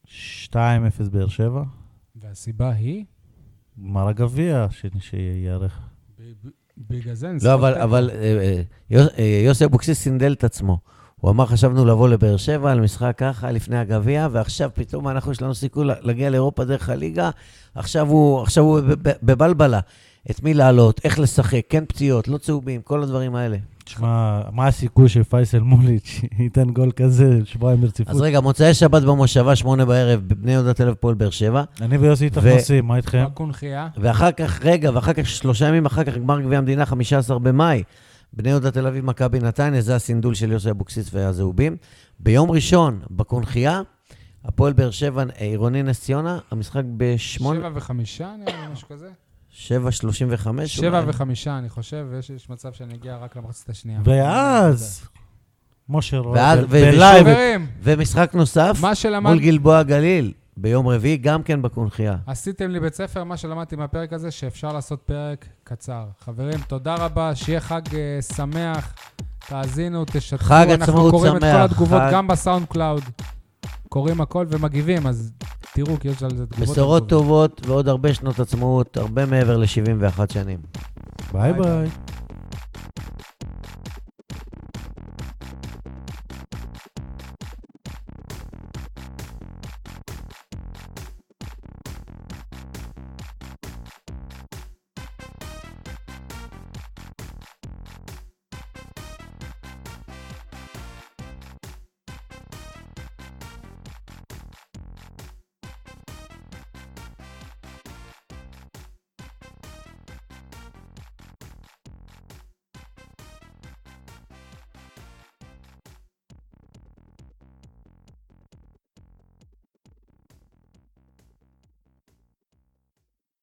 Speaker 2: 2-0 באר שבע,
Speaker 1: והסיבה היא?
Speaker 2: גמר הגביע ש- שייערך.
Speaker 1: ב- ב- בגלל זה אני
Speaker 3: לא,
Speaker 1: ספורטאי.
Speaker 3: אבל, אבל אה, אה, יוס- אה, יוסי אבוקסיס סינדל את עצמו. הוא אמר, חשבנו לבוא לבאר שבע, למשחק ככה, לפני הגביע, ועכשיו פתאום אנחנו, יש לנו סיכוי לה- להגיע לאירופה דרך הליגה, עכשיו הוא, עכשיו הוא בב- בבלבלה. את מי לעלות, איך לשחק, כן פציעות, לא צהובים, כל הדברים האלה.
Speaker 2: תשמע, מה הסיכוי שפייסל מוליץ' ייתן גול כזה שבועיים
Speaker 3: אז
Speaker 2: ברציפות?
Speaker 3: רגע, מוצאי שבת במושבה, שמונה בערב, בבני יהודה תל אביב פועל באר שבע,
Speaker 2: אני ויוסי איתך
Speaker 3: ו-
Speaker 2: נוסעים, מה
Speaker 3: כן.
Speaker 2: איתכם?
Speaker 1: הקונכייה.
Speaker 3: ואחר כך, רגע, ואחר כך, שלושה ימים אחר כך, גמר גביע המדינה, 15 במאי. בני יהודה תל אביב, מכבי נתניה, זה הסינדול של יוסי אבוקסיס והזהובים. ביום ראשון, בקונכייה, הפועל באר שבע, אה, עירוני נס ציונה, המשחק ב-8...
Speaker 1: שבע וחמישה, נראה לי משהו כזה.
Speaker 3: 7.35.
Speaker 1: שבע וחמישה, אני חושב, ויש יש מצב שאני אגיע רק למחצית השנייה.
Speaker 2: ואז, משה רואה,
Speaker 3: ואז-
Speaker 2: ב-
Speaker 3: ו-
Speaker 2: בלייב,
Speaker 1: חברים,
Speaker 3: ומשחק נוסף,
Speaker 1: מה שלמד...
Speaker 3: מול גלבוע גליל, ביום רביעי, גם כן בקונכייה.
Speaker 1: עשיתם לי בית ספר, מה שלמדתי מהפרק הזה, שאפשר לעשות פרק קצר. חברים, תודה רבה, שיהיה חג אה, שמח, תאזינו, תשתפו.
Speaker 3: חג
Speaker 1: אנחנו
Speaker 3: עצמאות
Speaker 1: קוראים את כל
Speaker 3: שמח,
Speaker 1: התגובות
Speaker 3: חג-
Speaker 1: גם בסאונד קלאוד. קוראים הכל ומגיבים, אז תראו, כי יש על זה תגובות.
Speaker 3: בשורות טובות ועוד הרבה שנות עצמאות, הרבה מעבר ל-71 שנים.
Speaker 2: ביי ביי.